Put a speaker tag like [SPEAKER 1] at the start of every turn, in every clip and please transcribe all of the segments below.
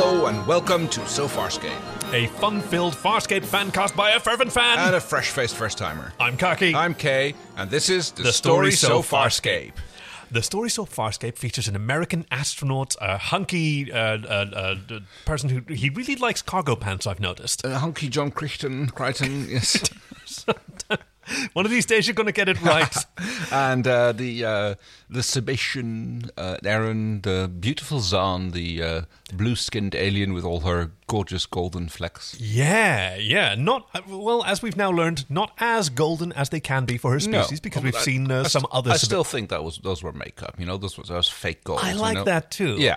[SPEAKER 1] Welcome to So Farscape.
[SPEAKER 2] A fun-filled Farscape fan cast by a fervent fan.
[SPEAKER 1] And a fresh faced first timer.
[SPEAKER 2] I'm Kaki.
[SPEAKER 1] I'm Kay, and this is The,
[SPEAKER 2] The
[SPEAKER 1] Story,
[SPEAKER 2] Story
[SPEAKER 1] So
[SPEAKER 2] So
[SPEAKER 1] Farscape.
[SPEAKER 2] The story so Farscape features an American astronaut, a hunky uh, uh, uh, d- person who he really likes cargo pants. I've noticed.
[SPEAKER 1] Uh, hunky John Crichton, Crichton, yes.
[SPEAKER 2] One of these days, you're going to get it right.
[SPEAKER 1] and uh, the uh, the Sebastian, uh, Aaron, the beautiful Zahn, the uh, blue skinned alien with all her gorgeous golden flecks.
[SPEAKER 2] yeah, yeah. Not uh, well, as we've now learned, not as golden as they can be for her species because we've
[SPEAKER 1] I-
[SPEAKER 2] seen uh,
[SPEAKER 1] I
[SPEAKER 2] some
[SPEAKER 1] st-
[SPEAKER 2] other.
[SPEAKER 1] I still think that was those were makeup. You know, those was, that was fake gold.
[SPEAKER 2] I
[SPEAKER 1] you
[SPEAKER 2] like
[SPEAKER 1] know?
[SPEAKER 2] that too.
[SPEAKER 1] Yeah,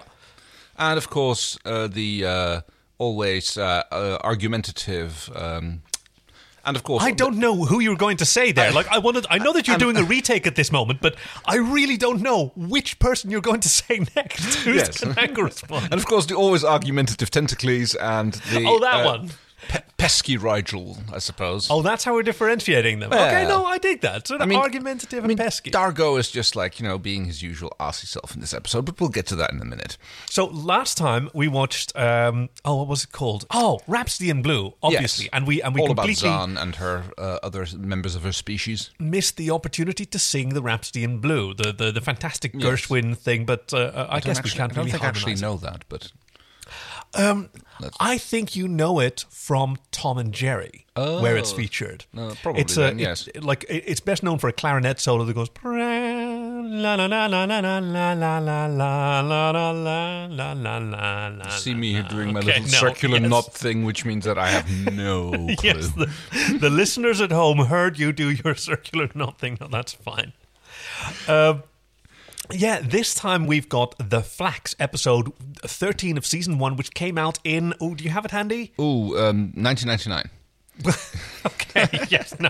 [SPEAKER 1] and of course uh, the uh, always uh, uh, argumentative, um, and of course
[SPEAKER 2] I don't know who you were going to say there. Like, I wanted. I know that you're doing a retake at this moment, but I really don't know which person you're going to say next. Who's
[SPEAKER 1] Yes.
[SPEAKER 2] going to correspond?
[SPEAKER 1] And of course the always argumentative tentacles and the uh,
[SPEAKER 2] Oh, that one.
[SPEAKER 1] pe- pesky Rigel, I suppose.
[SPEAKER 2] Oh, that's how we're differentiating them. okay,
[SPEAKER 1] Well,
[SPEAKER 2] no, I dig that. Sort of argumentative
[SPEAKER 1] I mean,
[SPEAKER 2] and pesky.
[SPEAKER 1] Dargo is just like you know being his usual arsey self in this episode, but we'll get to that in a minute.
[SPEAKER 2] so last time we watched, um, oh, what was it called? Oh, Rhapsody in Blue, obviously,
[SPEAKER 1] yes.
[SPEAKER 2] and we and we
[SPEAKER 1] all
[SPEAKER 2] completely
[SPEAKER 1] about Zahn and her uh, other members of her species.
[SPEAKER 2] missed the opportunity to sing the Rhapsody in Blue, the the, the fantastic Gershwin thing. But uh, uh, I, guess we
[SPEAKER 1] Actually,
[SPEAKER 2] can't
[SPEAKER 1] I don't
[SPEAKER 2] really
[SPEAKER 1] think I actually
[SPEAKER 2] harmonize it.
[SPEAKER 1] know that, but
[SPEAKER 2] I think you know it from Tom and Jerry, where it's featured.
[SPEAKER 1] Uh, probably
[SPEAKER 2] it's
[SPEAKER 1] then,
[SPEAKER 2] it-
[SPEAKER 1] yes.
[SPEAKER 2] like it- it's best known for a clarinet solo that goes. La la la la la la la la la la la la la la la la.
[SPEAKER 1] see me here doing my
[SPEAKER 2] Okay,
[SPEAKER 1] little
[SPEAKER 2] no,
[SPEAKER 1] circular
[SPEAKER 2] yes.
[SPEAKER 1] knot thing, which means that I have no clue.
[SPEAKER 2] Yes, the, the listeners at home heard you do your circular knot thing. No, that's fine. Um, yeah, this time we've got the Flax episode 13 of season one, which came out in. Oh, do you have it handy?
[SPEAKER 1] Ooh, um, 1999.
[SPEAKER 2] okay, yes, no.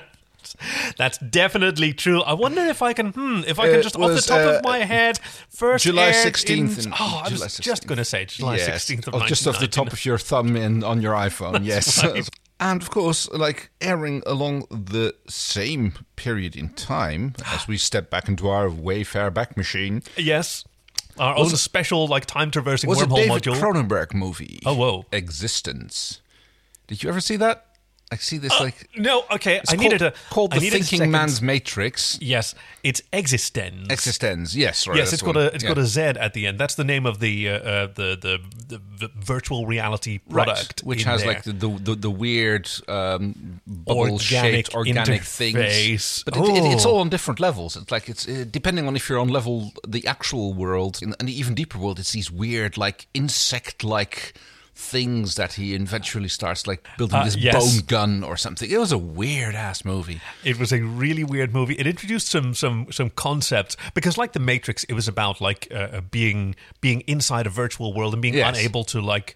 [SPEAKER 2] That's definitely true. I wonder if I can, hmm, if I can
[SPEAKER 1] It
[SPEAKER 2] just
[SPEAKER 1] was,
[SPEAKER 2] off the top
[SPEAKER 1] uh,
[SPEAKER 2] of my head, first
[SPEAKER 1] July
[SPEAKER 2] aired
[SPEAKER 1] 16th
[SPEAKER 2] In,
[SPEAKER 1] and-
[SPEAKER 2] oh, I was
[SPEAKER 1] July
[SPEAKER 2] just
[SPEAKER 1] 16th.
[SPEAKER 2] going to say July
[SPEAKER 1] Yes.
[SPEAKER 2] 16th of
[SPEAKER 1] Oh, just off the top of your thumb in on your iPhone. yes, and of course, like airing along the same period in time as we step back into our Wayfair back machine
[SPEAKER 2] 1999. Yes. Our own special, like, time traversing
[SPEAKER 1] was a
[SPEAKER 2] wormhole
[SPEAKER 1] David
[SPEAKER 2] module.
[SPEAKER 1] Cronenberg movie.
[SPEAKER 2] Oh, whoa.
[SPEAKER 1] Existence. Did you ever see that? I see this like
[SPEAKER 2] no, okay. Uh, I
[SPEAKER 1] it's
[SPEAKER 2] needed a.
[SPEAKER 1] called, called
[SPEAKER 2] I
[SPEAKER 1] the
[SPEAKER 2] needed a
[SPEAKER 1] Thinking
[SPEAKER 2] second-
[SPEAKER 1] Man's Matrix.
[SPEAKER 2] Yes, it's Existence.
[SPEAKER 1] Existence. Yes, right.
[SPEAKER 2] Yes,
[SPEAKER 1] that's
[SPEAKER 2] it's
[SPEAKER 1] the
[SPEAKER 2] got
[SPEAKER 1] one.
[SPEAKER 2] a it's got
[SPEAKER 1] Yeah.
[SPEAKER 2] a Z at the end. That's the name of the uh, uh, the, the, the the virtual reality product,
[SPEAKER 1] which
[SPEAKER 2] in
[SPEAKER 1] has
[SPEAKER 2] there.
[SPEAKER 1] like the the, the, the weird um, bubble shaped
[SPEAKER 2] Organic
[SPEAKER 1] organic
[SPEAKER 2] interface.
[SPEAKER 1] things. But it, it, it's
[SPEAKER 2] Oh.
[SPEAKER 1] all on different levels. It's like it's uh, depending on if you're on level the actual world and the even deeper world. It's these weird like insect like things that he eventually starts like building
[SPEAKER 2] Uh,
[SPEAKER 1] this
[SPEAKER 2] yes.
[SPEAKER 1] bone gun or something. It was a weird ass movie.
[SPEAKER 2] It was a really weird movie. It introduced some some some concepts because, like The Matrix, it was about like uh, uh, being being inside a virtual world and being
[SPEAKER 1] Yes.
[SPEAKER 2] unable to like,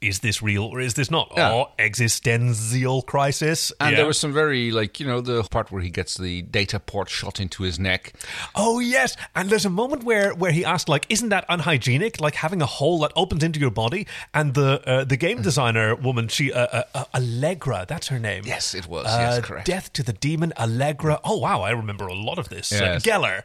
[SPEAKER 2] is this real or is this not?
[SPEAKER 1] Yeah.
[SPEAKER 2] Or existential crisis.
[SPEAKER 1] And
[SPEAKER 2] Yeah.
[SPEAKER 1] there was some very like you know the part where he gets the data port shot into his neck.
[SPEAKER 2] oh yes, and there's a moment where where he asked like, isn't that unhygienic? Like having a hole that opens into your body. And the uh, the game designer woman, she uh, uh, uh, Allegra, that's her name. Uh,
[SPEAKER 1] Yes, it was. Yes, correct.
[SPEAKER 2] Death to the Demon, Allegra. Oh wow, I remember a lot of this. Uh,
[SPEAKER 1] Yes.
[SPEAKER 2] Geller.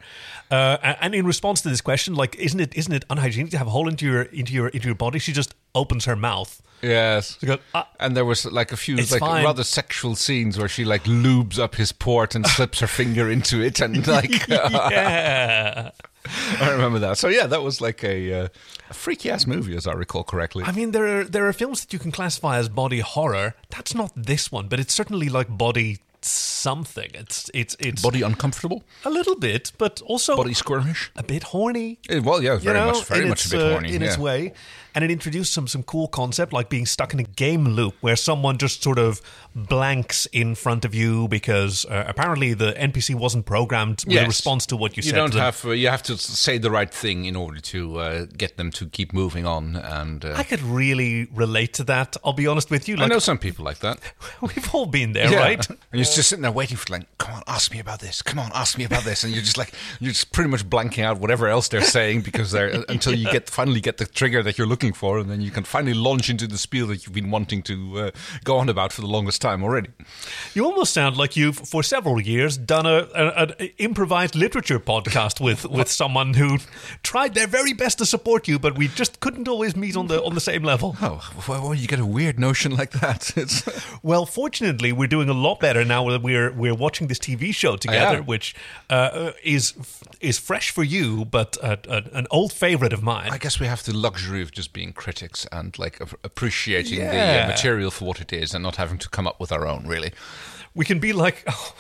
[SPEAKER 2] Uh, and- and in response to this question, like, isn't it isn't it unhygienic to have a hole into your into your into your body? She just opens her mouth.
[SPEAKER 1] Yes.
[SPEAKER 2] She goes, "Ah."
[SPEAKER 1] And there was like a few
[SPEAKER 2] It's
[SPEAKER 1] like
[SPEAKER 2] fine.
[SPEAKER 1] rather sexual scenes where she like lubes up his port and slips her finger into it and like
[SPEAKER 2] yeah.
[SPEAKER 1] I remember that. So yeah, that was like a, uh, a freaky ass movie as I recall correctly.
[SPEAKER 2] I mean, there are there are films that you can classify as body horror. That's not this one, but it's certainly like body something. It's it's it's
[SPEAKER 1] body uncomfortable,
[SPEAKER 2] a little bit, but also
[SPEAKER 1] body squirmish.
[SPEAKER 2] a bit horny.
[SPEAKER 1] Eh, well, yeah,
[SPEAKER 2] you
[SPEAKER 1] very
[SPEAKER 2] know,
[SPEAKER 1] much, very
[SPEAKER 2] in
[SPEAKER 1] much
[SPEAKER 2] its,
[SPEAKER 1] a bit
[SPEAKER 2] uh,
[SPEAKER 1] horny.
[SPEAKER 2] in
[SPEAKER 1] yeah.
[SPEAKER 2] its way, and it introduced some some cool concept like being stuck in a game loop where someone just sort of blanks in front of you because uh, apparently the NPC wasn't programmed with a
[SPEAKER 1] Yes.
[SPEAKER 2] response to what you,
[SPEAKER 1] You
[SPEAKER 2] said.
[SPEAKER 1] don't
[SPEAKER 2] to them.
[SPEAKER 1] have. Uh, you have to s- say the right thing in order to uh, get them to keep moving on. And uh,
[SPEAKER 2] I could really relate to that. I'll be honest with you.
[SPEAKER 1] I
[SPEAKER 2] Like
[SPEAKER 1] know some people like that.
[SPEAKER 2] we've all been there,
[SPEAKER 1] Yeah.
[SPEAKER 2] right?
[SPEAKER 1] And you just sitting there waiting for like, come on, ask me about this. Come on, ask me about this. And you're just like, you're just pretty much blanking out whatever else they're saying because they're until you get finally get the trigger that you're looking for, and then you can finally launch into the spiel that you've been wanting to uh, go on about for the longest time already.
[SPEAKER 2] You almost sound like you've, for several years, done a, a, an improvised literature podcast with, with someone who tried their very best to support you, but we just couldn't always meet on the on the same level.
[SPEAKER 1] Oh, well, well, you get a weird notion like that. It's,
[SPEAKER 2] Well, fortunately, we're doing a lot better now that we're we're watching this TV show together, which uh, is is fresh for you, but uh, uh, an old favorite of mine.
[SPEAKER 1] I guess we have the luxury of just being critics and like ap- appreciating the
[SPEAKER 2] Yeah.
[SPEAKER 1] uh, material for what it is, and not having to come up with our own. Really,
[SPEAKER 2] we can be like oh,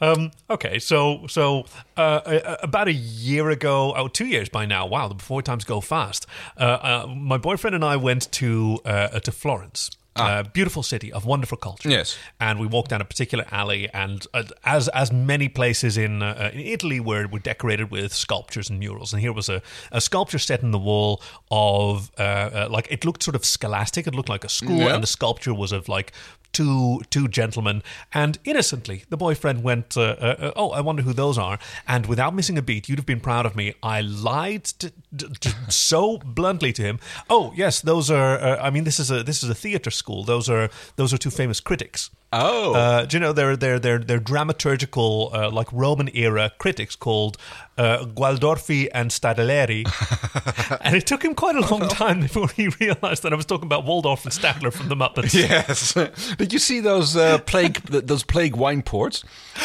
[SPEAKER 2] um okay so so uh, uh, about a year ago oh two years by now wow the before times go fast uh, uh my boyfriend and i went to uh to florence Uh, beautiful city of wonderful culture.
[SPEAKER 1] Ah. Yes.
[SPEAKER 2] and we walked down a particular alley, and uh, as as many places in uh, in Italy were were decorated with sculptures and murals, and here was a, a sculpture set in the wall of uh, uh, like it looked sort of scholastic. It looked like a school,
[SPEAKER 1] Yeah.
[SPEAKER 2] and the sculpture was of like two two gentlemen and innocently the boyfriend went uh, uh, uh, oh i wonder who those are and without missing a beat you'd have been proud of me i lied t- t- t- so bluntly to him oh yes those are uh, i mean this is a this is a theater school those are those are two famous critics
[SPEAKER 1] Oh.
[SPEAKER 2] uh, do you know they're they're they're, they're dramaturgical uh, like roman era critics called uh, gualdorfi and stadeleri and it took him quite a long time before he realized that i was talking about waldorf and stadler from the muppets
[SPEAKER 1] yes. Did you see those uh, plague th- those plague wine ports?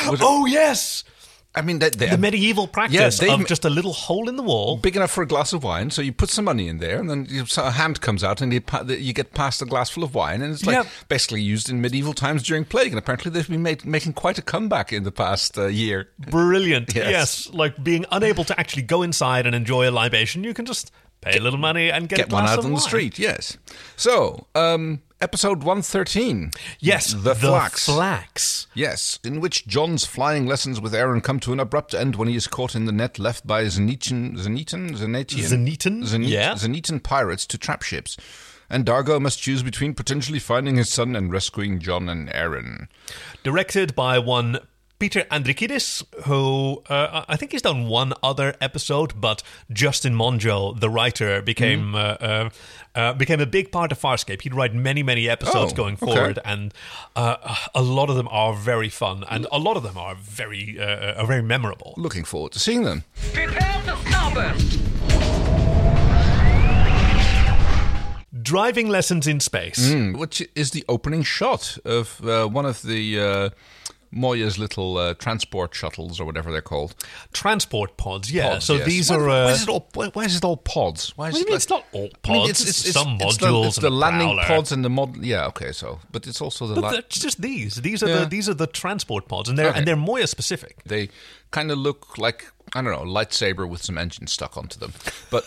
[SPEAKER 1] Was it-
[SPEAKER 2] Oh yes,
[SPEAKER 1] I mean, they,
[SPEAKER 2] the
[SPEAKER 1] they're
[SPEAKER 2] medieval practice
[SPEAKER 1] they've-
[SPEAKER 2] of just a little hole in the wall.
[SPEAKER 1] big enough for a glass of wine, so you put some money in there, and then you, so a hand comes out, and you, pa- you get past a glass full of wine, and it's like
[SPEAKER 2] Yep.
[SPEAKER 1] basically used in medieval times during plague. And apparently, they've been made, making quite a comeback in the past uh, year.
[SPEAKER 2] Brilliant. Yes.
[SPEAKER 1] Yes.
[SPEAKER 2] like being unable to actually go inside and enjoy a libation, you can just pay a little money and get, a
[SPEAKER 1] Get one
[SPEAKER 2] glass
[SPEAKER 1] out
[SPEAKER 2] of
[SPEAKER 1] on the
[SPEAKER 2] wine.
[SPEAKER 1] street, yes. So, um, episode one thirteen.
[SPEAKER 2] Yes,
[SPEAKER 1] the, flax.
[SPEAKER 2] flax.
[SPEAKER 1] Yes, in which John's flying lessons with Aaron come to an abrupt end when he is caught in the net left by Zenitan, Zenitan, Zenatian,
[SPEAKER 2] Zenitan?
[SPEAKER 1] Zenet-
[SPEAKER 2] Yeah.
[SPEAKER 1] Zenitan pirates to trap ships, and Dargo must choose between potentially finding his son and rescuing John and Aaron.
[SPEAKER 2] directed by one Peter Andrikidis, who uh, I I think he's done one other episode, but Justin Monjo, the writer, became
[SPEAKER 1] Hmm.
[SPEAKER 2] uh, uh, uh, became a big part of Farscape. He'd write many, many episodes
[SPEAKER 1] Oh,
[SPEAKER 2] going
[SPEAKER 1] okay.
[SPEAKER 2] forward, and uh, a lot of them are very fun, and a lot of them are very uh, are very memorable.
[SPEAKER 1] Looking forward to seeing them.
[SPEAKER 3] Prepare for starburst.
[SPEAKER 2] Driving lessons in space.
[SPEAKER 1] Hmm, Which is the opening shot of uh, one of the uh, Moya's little uh, transport shuttles or whatever they're called.
[SPEAKER 2] Transport pods, yeah.
[SPEAKER 1] Pods,
[SPEAKER 2] so
[SPEAKER 1] yes.
[SPEAKER 2] these
[SPEAKER 1] Why-
[SPEAKER 2] are.
[SPEAKER 1] Why
[SPEAKER 2] Uh,
[SPEAKER 1] is it all? Why, why is it all pods? Why is
[SPEAKER 2] What do you
[SPEAKER 1] it
[SPEAKER 2] mean
[SPEAKER 1] like-
[SPEAKER 2] it's not all
[SPEAKER 1] I mean,
[SPEAKER 2] pods? It's some modules
[SPEAKER 1] It's the,
[SPEAKER 2] and a
[SPEAKER 1] landing
[SPEAKER 2] prowler.
[SPEAKER 1] pods and the mod. Yeah, okay, so but it's also the.
[SPEAKER 2] but
[SPEAKER 1] Li-
[SPEAKER 2] that's just these. These are the
[SPEAKER 1] Yeah.
[SPEAKER 2] these are the transport pods, and they're
[SPEAKER 1] Okay.
[SPEAKER 2] and they're Moya specific.
[SPEAKER 1] they kind of look like I don't know a lightsaber with some engine stuck onto them, but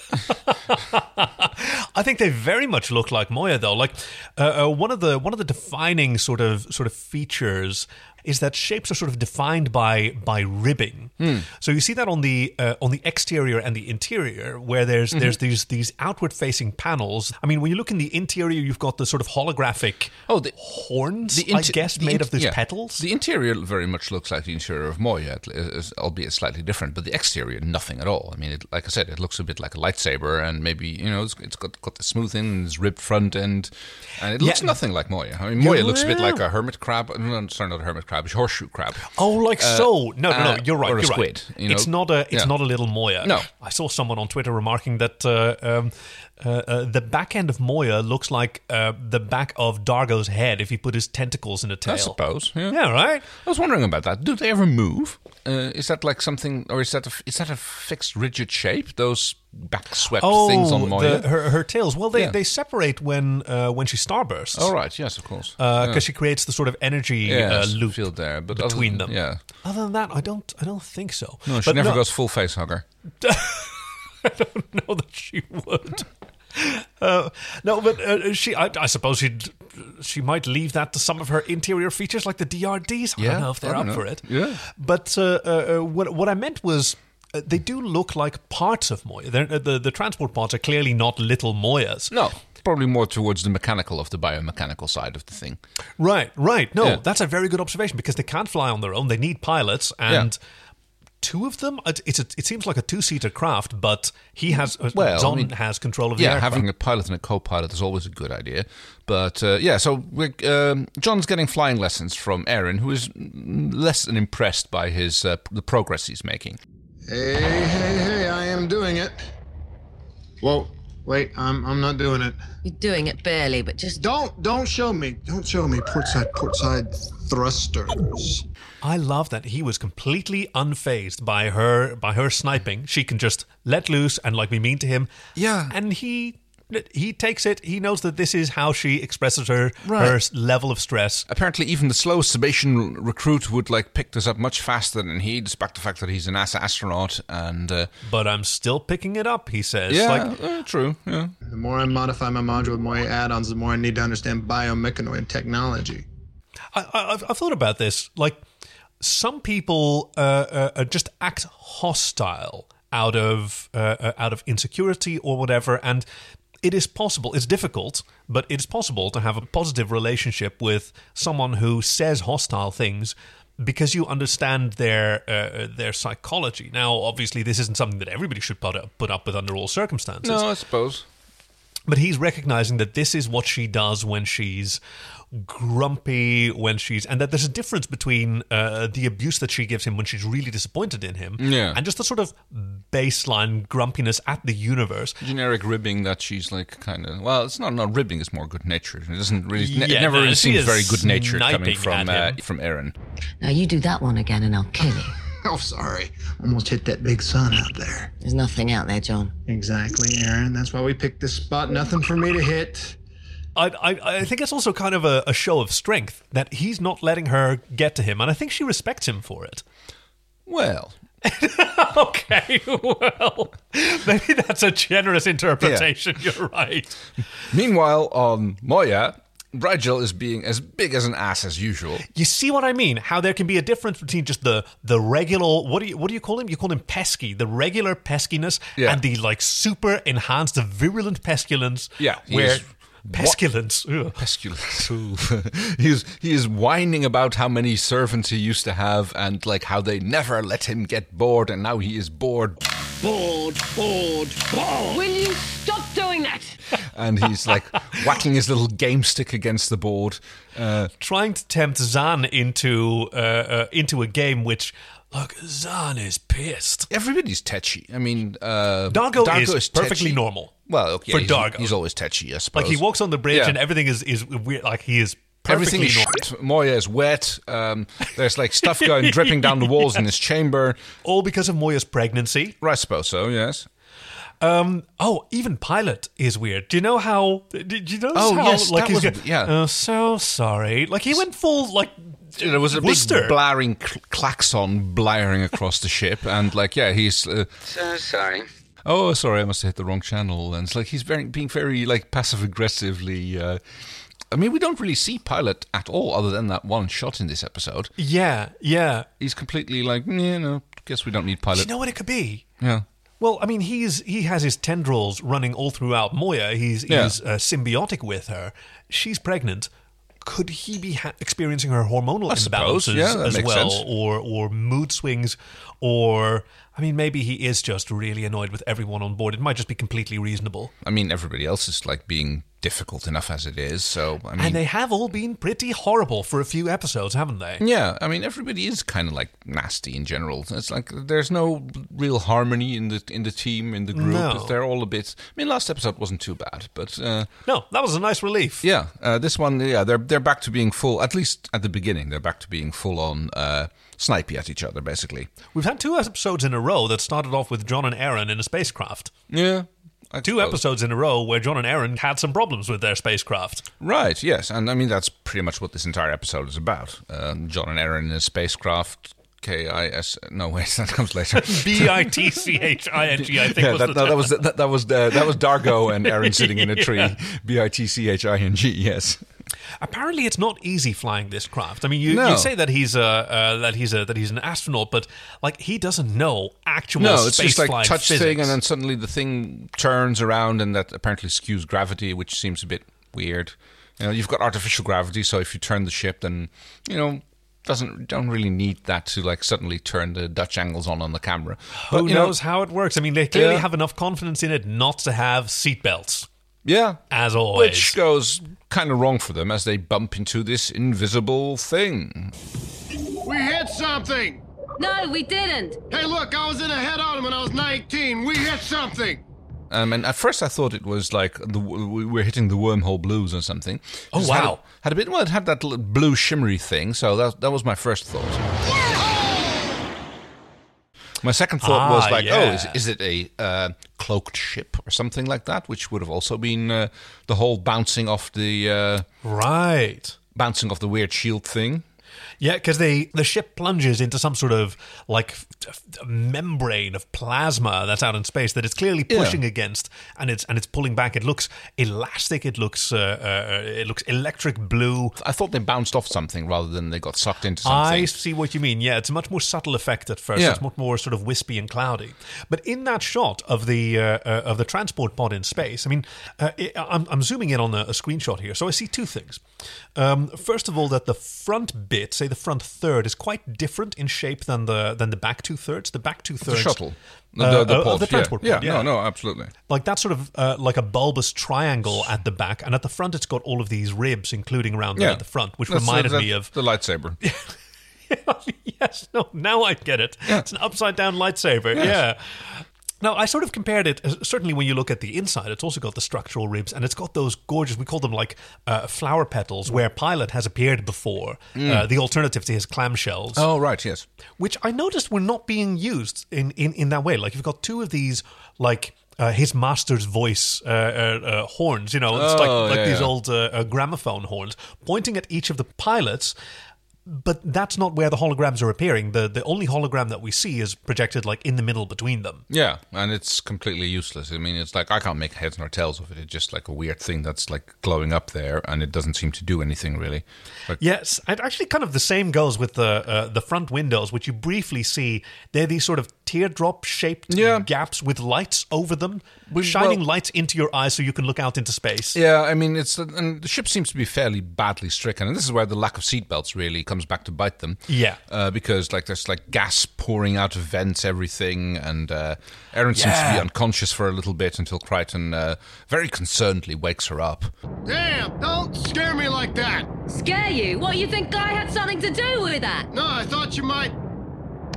[SPEAKER 2] I think they very much look like Moya, though. Like uh, uh, one of the one of the defining sort of sort of features is that shapes are sort of defined by by ribbing.
[SPEAKER 1] Hmm.
[SPEAKER 2] So you see that on the uh, on the exterior and the interior, where there's
[SPEAKER 1] Mm-hmm.
[SPEAKER 2] there's these these outward facing panels. I mean, when you look in the interior, you've got the sort of holographic
[SPEAKER 1] Oh, the-
[SPEAKER 2] horns,
[SPEAKER 1] the
[SPEAKER 2] I
[SPEAKER 1] inter-
[SPEAKER 2] guess,
[SPEAKER 1] the
[SPEAKER 2] made
[SPEAKER 1] inter-
[SPEAKER 2] of these
[SPEAKER 1] yeah.
[SPEAKER 2] petals.
[SPEAKER 1] The interior very much looks like the interior of Moya, at le- as- albeit slightly different. But the exterior, nothing at all. I mean, it, like I said, it looks a bit like a lightsaber, and maybe you know it's, it's got got the smooth end, it's ribbed front end, and it looks
[SPEAKER 2] Yeah.
[SPEAKER 1] nothing like Moya. I mean, Moya looks a bit
[SPEAKER 2] well-
[SPEAKER 1] like a hermit crab. No, sorry, not a hermit crab, it's a horseshoe crab.
[SPEAKER 2] Oh, like so? No, no, no.
[SPEAKER 1] uh,
[SPEAKER 2] You're right.
[SPEAKER 1] or a
[SPEAKER 2] you're
[SPEAKER 1] squid,
[SPEAKER 2] right.
[SPEAKER 1] you know?
[SPEAKER 2] It's not a.
[SPEAKER 1] Yeah.
[SPEAKER 2] It's not a little Moya.
[SPEAKER 1] No.
[SPEAKER 2] I saw someone on Twitter remarking that uh, um, uh, uh, the back end of Moya looks like uh, the back of Dargo's head if he put his tentacles in a tail.
[SPEAKER 1] I suppose.
[SPEAKER 2] Yeah, right.
[SPEAKER 1] I was wondering about that. Do they ever move? Uh, is that like something, or is that a, is that a fixed, rigid shape? Those back swept
[SPEAKER 2] Oh,
[SPEAKER 1] things on Moya.
[SPEAKER 2] the, her, her tails. Well, they,
[SPEAKER 1] Yeah.
[SPEAKER 2] they separate when uh, when she starbursts.
[SPEAKER 1] oh right, yes, of course.
[SPEAKER 2] Because she creates the sort of energy
[SPEAKER 1] yeah,
[SPEAKER 2] uh, loop
[SPEAKER 1] field there, but other
[SPEAKER 2] between
[SPEAKER 1] than-
[SPEAKER 2] them.
[SPEAKER 1] Yeah,
[SPEAKER 2] Other than that, I don't. I don't think so.
[SPEAKER 1] no, she
[SPEAKER 2] But
[SPEAKER 1] never goes full face hugger.
[SPEAKER 2] know that she would. Uh, no, but uh, she. I, I suppose she. She might leave that to some of her interior features, like the DRDs. I
[SPEAKER 1] Yeah,
[SPEAKER 2] don't know if
[SPEAKER 1] I
[SPEAKER 2] they're
[SPEAKER 1] don't
[SPEAKER 2] up
[SPEAKER 1] know.
[SPEAKER 2] for it.
[SPEAKER 1] Yeah.
[SPEAKER 2] But uh, uh, uh, what what I meant was. Uh, they do look like parts of Moya. They're, uh, the the transport parts are clearly not little Moyas.
[SPEAKER 1] No, probably more towards the mechanical of the biomechanical side of the thing.
[SPEAKER 2] Right, right. No,
[SPEAKER 1] Yeah.
[SPEAKER 2] that's a very good observation because they can't fly on their own. They need pilots and. Two of them. It, it's a, it seems like a two-seater craft, but he has. uh,
[SPEAKER 1] Well, I
[SPEAKER 2] Zon
[SPEAKER 1] mean-
[SPEAKER 2] has control of the
[SPEAKER 1] Yeah,
[SPEAKER 2] aircraft.
[SPEAKER 1] having a pilot and a co-pilot is always a good idea. But uh, yeah, so we're, um, John's getting flying lessons from Aaron, who is mm, less than impressed by his uh, the progress he's making.
[SPEAKER 4] Hey, hey, hey, I am doing it. Whoa, wait, I'm I'm not doing it.
[SPEAKER 5] You're doing it barely, but just
[SPEAKER 4] Don't don't show me. Don't show me port side port side thrusters.
[SPEAKER 2] I love that he was completely unfazed by her by her sniping. She can just let loose and like be mean to him.
[SPEAKER 1] Yeah.
[SPEAKER 2] and he he takes it. He knows that this is how she expresses her her s- level of stress.
[SPEAKER 1] Apparently, even the slowest Sabatian recruit would like pick this up much faster than he, despite the fact that he's an NASA astronaut. And uh,
[SPEAKER 2] But I'm still picking it up. He says,
[SPEAKER 1] yeah,
[SPEAKER 2] like,
[SPEAKER 1] uh, true. Yeah,
[SPEAKER 4] The more I modify my module, the more I add ons, the more I need to understand biomechanoid technology.
[SPEAKER 2] I, I, I've, I've thought about this. Like, some people uh, uh, uh, just act hostile out of uh, uh, out of insecurity or whatever, and it is possible. It's difficult, but it is possible to have a positive relationship with someone who says hostile things because you understand their uh, their psychology. Now, obviously, this isn't something that everybody should put up, put up with under all circumstances.
[SPEAKER 1] no, I suppose.
[SPEAKER 2] But he's recognizing that this is what she does when she's grumpy, when she's, and that there's a difference between uh, the abuse that she gives him when she's really disappointed in him,
[SPEAKER 1] Yeah.
[SPEAKER 2] and just the sort of baseline grumpiness at the universe.
[SPEAKER 1] generic ribbing that she's like kind of well it's not not ribbing it's more good natured it doesn't really ne-
[SPEAKER 2] Yeah,
[SPEAKER 1] it never
[SPEAKER 2] no,
[SPEAKER 1] really
[SPEAKER 2] she
[SPEAKER 1] seems
[SPEAKER 2] is
[SPEAKER 1] very good natured coming
[SPEAKER 2] sniping
[SPEAKER 1] from
[SPEAKER 2] at
[SPEAKER 1] uh,
[SPEAKER 2] him.
[SPEAKER 1] from Aaron
[SPEAKER 5] now you do that one again and I'll kill you.
[SPEAKER 4] Oh, sorry. Almost hit that big sun out there.
[SPEAKER 5] There's nothing out there, John.
[SPEAKER 4] Exactly, Aaron. That's why we picked this spot. Nothing for me to hit.
[SPEAKER 2] I, I, I think it's also kind of a, a show of strength that he's not letting her get to him, and I think she respects him for it.
[SPEAKER 1] well
[SPEAKER 2] Okay, well, maybe that's a generous interpretation. You're right.
[SPEAKER 1] meanwhile on Moya Rigel is being as big as an ass as usual
[SPEAKER 2] You see what I mean? How there can be a difference between just the the regular what do you what do you call him? You call him pesky, the regular peskiness,
[SPEAKER 1] Yeah.
[SPEAKER 2] and the like super enhanced, the virulent pestilence.
[SPEAKER 1] Yeah, he
[SPEAKER 2] where
[SPEAKER 1] is-
[SPEAKER 2] pestilence. ugh.
[SPEAKER 1] pesculence he is he is whining about how many servants he used to have and like how they never let him get bored and now he is bored
[SPEAKER 3] Will you stop doing that?
[SPEAKER 1] and he's like whacking his little game stick against the board
[SPEAKER 2] Trying to tempt Zan into uh, uh, into a game which, look, Zan is pissed.
[SPEAKER 1] everybody's tetchy I mean uh
[SPEAKER 2] Dargo, is, perfectly
[SPEAKER 1] tetchy.
[SPEAKER 2] normal.
[SPEAKER 1] Well, okay,
[SPEAKER 2] for
[SPEAKER 1] he's,
[SPEAKER 2] Dargo,
[SPEAKER 1] he's always tetchy, I suppose.
[SPEAKER 2] like he walks on the bridge
[SPEAKER 1] Yeah.
[SPEAKER 2] and everything is is weird. Like he is perfectly
[SPEAKER 1] Everything is
[SPEAKER 2] normal.
[SPEAKER 1] shit. Moya is wet. Um, there's like stuff going dripping down the walls in his chamber.
[SPEAKER 2] All because of Moya's pregnancy.
[SPEAKER 1] I suppose so. Yes.
[SPEAKER 2] Oh, even pilot is weird. Do you know how? Did you notice
[SPEAKER 1] Oh,
[SPEAKER 2] how?
[SPEAKER 1] yes,
[SPEAKER 2] like
[SPEAKER 1] that
[SPEAKER 2] he's
[SPEAKER 1] was-
[SPEAKER 2] go-
[SPEAKER 1] yeah.
[SPEAKER 2] Oh, so sorry. Like he went full like.
[SPEAKER 1] There was a
[SPEAKER 2] Worcester.
[SPEAKER 1] big blaring cl- klaxon blaring across the ship, and like, yeah, he's. Uh,
[SPEAKER 6] So sorry.
[SPEAKER 1] oh, sorry, I must have hit the wrong channel. And it's like he's very being very like passive aggressively. Uh, I mean, we don't really see pilot at all, other than that one shot in this episode.
[SPEAKER 2] Yeah, yeah.
[SPEAKER 1] He's completely like, "Mm, you know, guess we don't need
[SPEAKER 2] Do
[SPEAKER 1] pilot.
[SPEAKER 2] you know what it could be?
[SPEAKER 1] yeah.
[SPEAKER 2] Well, I mean, he's he has his tendrils running all throughout Moya. He's
[SPEAKER 1] Yeah.
[SPEAKER 2] he's uh, symbiotic with her. She's pregnant. Could he be ha- experiencing her hormonal
[SPEAKER 1] suppose,
[SPEAKER 2] imbalances
[SPEAKER 1] yeah, that
[SPEAKER 2] as
[SPEAKER 1] makes
[SPEAKER 2] well,
[SPEAKER 1] sense.
[SPEAKER 2] or or mood swings, or I mean, maybe he is just really annoyed with everyone on board. It might just be completely reasonable.
[SPEAKER 1] I mean, everybody else is like being difficult enough as it is. So I mean,
[SPEAKER 2] And they have all been pretty horrible for a few episodes, haven't they?
[SPEAKER 1] Yeah, I mean everybody is kind of like nasty in general. It's like there's no real harmony in the in the team in the group.
[SPEAKER 2] No.
[SPEAKER 1] They're all a bit. I mean, last episode wasn't too bad, but uh,
[SPEAKER 2] No, that was a nice relief.
[SPEAKER 1] yeah, uh, this one, yeah, they're they're back to being full. At least at the beginning, they're back to being full on uh, snipey at each other, basically.
[SPEAKER 2] We've had two episodes in a row that started off with John and Aaron in a spacecraft.
[SPEAKER 1] Yeah, I
[SPEAKER 2] Two
[SPEAKER 1] suppose.
[SPEAKER 2] episodes in a row where John and Aaron had some problems with their spacecraft.
[SPEAKER 1] Right, yes. And I mean, that's pretty much what this entire episode is about. Um, John and Aaron in a spacecraft. K I S. No, wait, that comes later.
[SPEAKER 2] B I T C H I N G, I think
[SPEAKER 1] Yeah,
[SPEAKER 2] was
[SPEAKER 1] that,
[SPEAKER 2] the
[SPEAKER 1] no, that
[SPEAKER 2] term.
[SPEAKER 1] was that, that was uh, that was Dargo and Aaron sitting in a tree. B i t c h i n g. Yes.
[SPEAKER 2] Apparently, it's not easy flying this craft. I mean, you,
[SPEAKER 1] No.
[SPEAKER 2] you say that he's a uh, that he's a that he's an astronaut, but like he doesn't know actual
[SPEAKER 1] No, it's
[SPEAKER 2] space
[SPEAKER 1] just like
[SPEAKER 2] flight
[SPEAKER 1] touch
[SPEAKER 2] physics.
[SPEAKER 1] thing, and then suddenly the thing turns around, and that apparently skews gravity, which seems a bit weird. You know, you've got artificial gravity, so if you turn the ship, then you know doesn't don't really need that to like suddenly turn the Dutch angles on on the camera.
[SPEAKER 2] who
[SPEAKER 1] you know-
[SPEAKER 2] knows how it works? I mean, they clearly
[SPEAKER 1] Yeah.
[SPEAKER 2] have enough confidence in it not to have seatbelts,
[SPEAKER 1] Yeah,
[SPEAKER 2] as always.
[SPEAKER 1] which goes kind of wrong for them as they bump into this invisible thing.
[SPEAKER 4] We hit something!
[SPEAKER 3] No, we didn't.
[SPEAKER 4] Hey, look, I was in a head on when I was 19. We hit something!
[SPEAKER 1] Um, and at first, I thought it was like the, we were hitting the wormhole blues or something.
[SPEAKER 2] Oh,
[SPEAKER 1] Just had
[SPEAKER 2] wow.
[SPEAKER 1] a- Had a, bit well, it had that little blue shimmery thing. So that that was my first thought. My second thought was
[SPEAKER 2] Ah,
[SPEAKER 1] like, oh,
[SPEAKER 2] yeah.
[SPEAKER 1] is, is it a uh, cloaked ship or something like that? Which would have also been uh, the whole bouncing off the uh,
[SPEAKER 2] right.
[SPEAKER 1] bouncing off the weird shield thing.
[SPEAKER 2] Yeah, because the the ship plunges into some sort of like f- f- membrane of plasma that's out in space that it's clearly
[SPEAKER 1] Yeah.
[SPEAKER 2] pushing against, and it's and it's pulling back. It looks elastic. It looks uh, uh, uh, it looks electric blue.
[SPEAKER 1] I thought they bounced off something rather than they got sucked into something.
[SPEAKER 2] I see what you mean. Yeah, it's a much more subtle effect at first.
[SPEAKER 1] Yeah.
[SPEAKER 2] It's much more sort of wispy and cloudy. But in that shot of the uh, uh, of the transport pod in space, I mean, uh, it, I'm, I'm zooming in on a, a screenshot here, so I see two things. Um, first of all, that the front bit, say the front third, is quite different in shape than the than the back two thirds. The back two
[SPEAKER 1] the
[SPEAKER 2] thirds
[SPEAKER 1] shuttle,
[SPEAKER 2] Uh, of
[SPEAKER 1] pod,
[SPEAKER 2] the
[SPEAKER 1] yeah.
[SPEAKER 2] transport pod,
[SPEAKER 1] yeah,
[SPEAKER 2] yeah.
[SPEAKER 1] no, no, absolutely.
[SPEAKER 2] like that sort of uh, like a bulbous triangle at the back, and at the front, it's got all of these ribs, including around
[SPEAKER 1] Yeah,
[SPEAKER 2] at the front, which
[SPEAKER 1] That's-
[SPEAKER 2] reminded
[SPEAKER 1] that-
[SPEAKER 2] me of
[SPEAKER 1] the lightsaber.
[SPEAKER 2] yes, no, now I get it. It's an upside down lightsaber. Yeah. Now, I sort of compared it. uh, Certainly, when you look at the inside, it's also got the structural ribs and it's got those gorgeous, we call them like uh, flower petals, where Pilot has appeared before, uh, the alternative to his clamshells,
[SPEAKER 1] Oh right, yes.
[SPEAKER 2] which I noticed were not being used in, in, in that way. Like, you've got two of these, like uh, his master's voice uh, uh, uh, horns, you know, it's like,
[SPEAKER 1] Oh,
[SPEAKER 2] like
[SPEAKER 1] yeah,
[SPEAKER 2] these
[SPEAKER 1] yeah.
[SPEAKER 2] old uh, uh, gramophone horns, pointing at each of the pilots but that's not where the holograms are appearing. The the only hologram that we see is projected like in the middle between them.
[SPEAKER 1] Yeah, and it's completely useless. I mean, it's like I can't make heads nor tails of it. It's just like a weird thing that's like glowing up there, and it doesn't seem to do anything really. Like,
[SPEAKER 2] Yes, and actually, kind of the same goes with the uh, the front windows, which you briefly see. They're these sort of teardrop shaped
[SPEAKER 1] Yeah.
[SPEAKER 2] gaps with lights over them, shining lights into your eyes so you can look out into space.
[SPEAKER 1] yeah, I mean, it's and the ship seems to be fairly badly stricken, and this is where the lack of seatbelts really comes back to bite them.
[SPEAKER 2] Yeah.
[SPEAKER 1] uh, because like there's like gas pouring out of vents, everything, and uh, Aaron seems to
[SPEAKER 2] Yeah.
[SPEAKER 1] be unconscious for a little bit until Crichton uh, very concernedly wakes her up.
[SPEAKER 4] Damn, don't scare me like that!
[SPEAKER 3] Scare you? What, you think I had something to do with that?
[SPEAKER 4] No, I thought you might.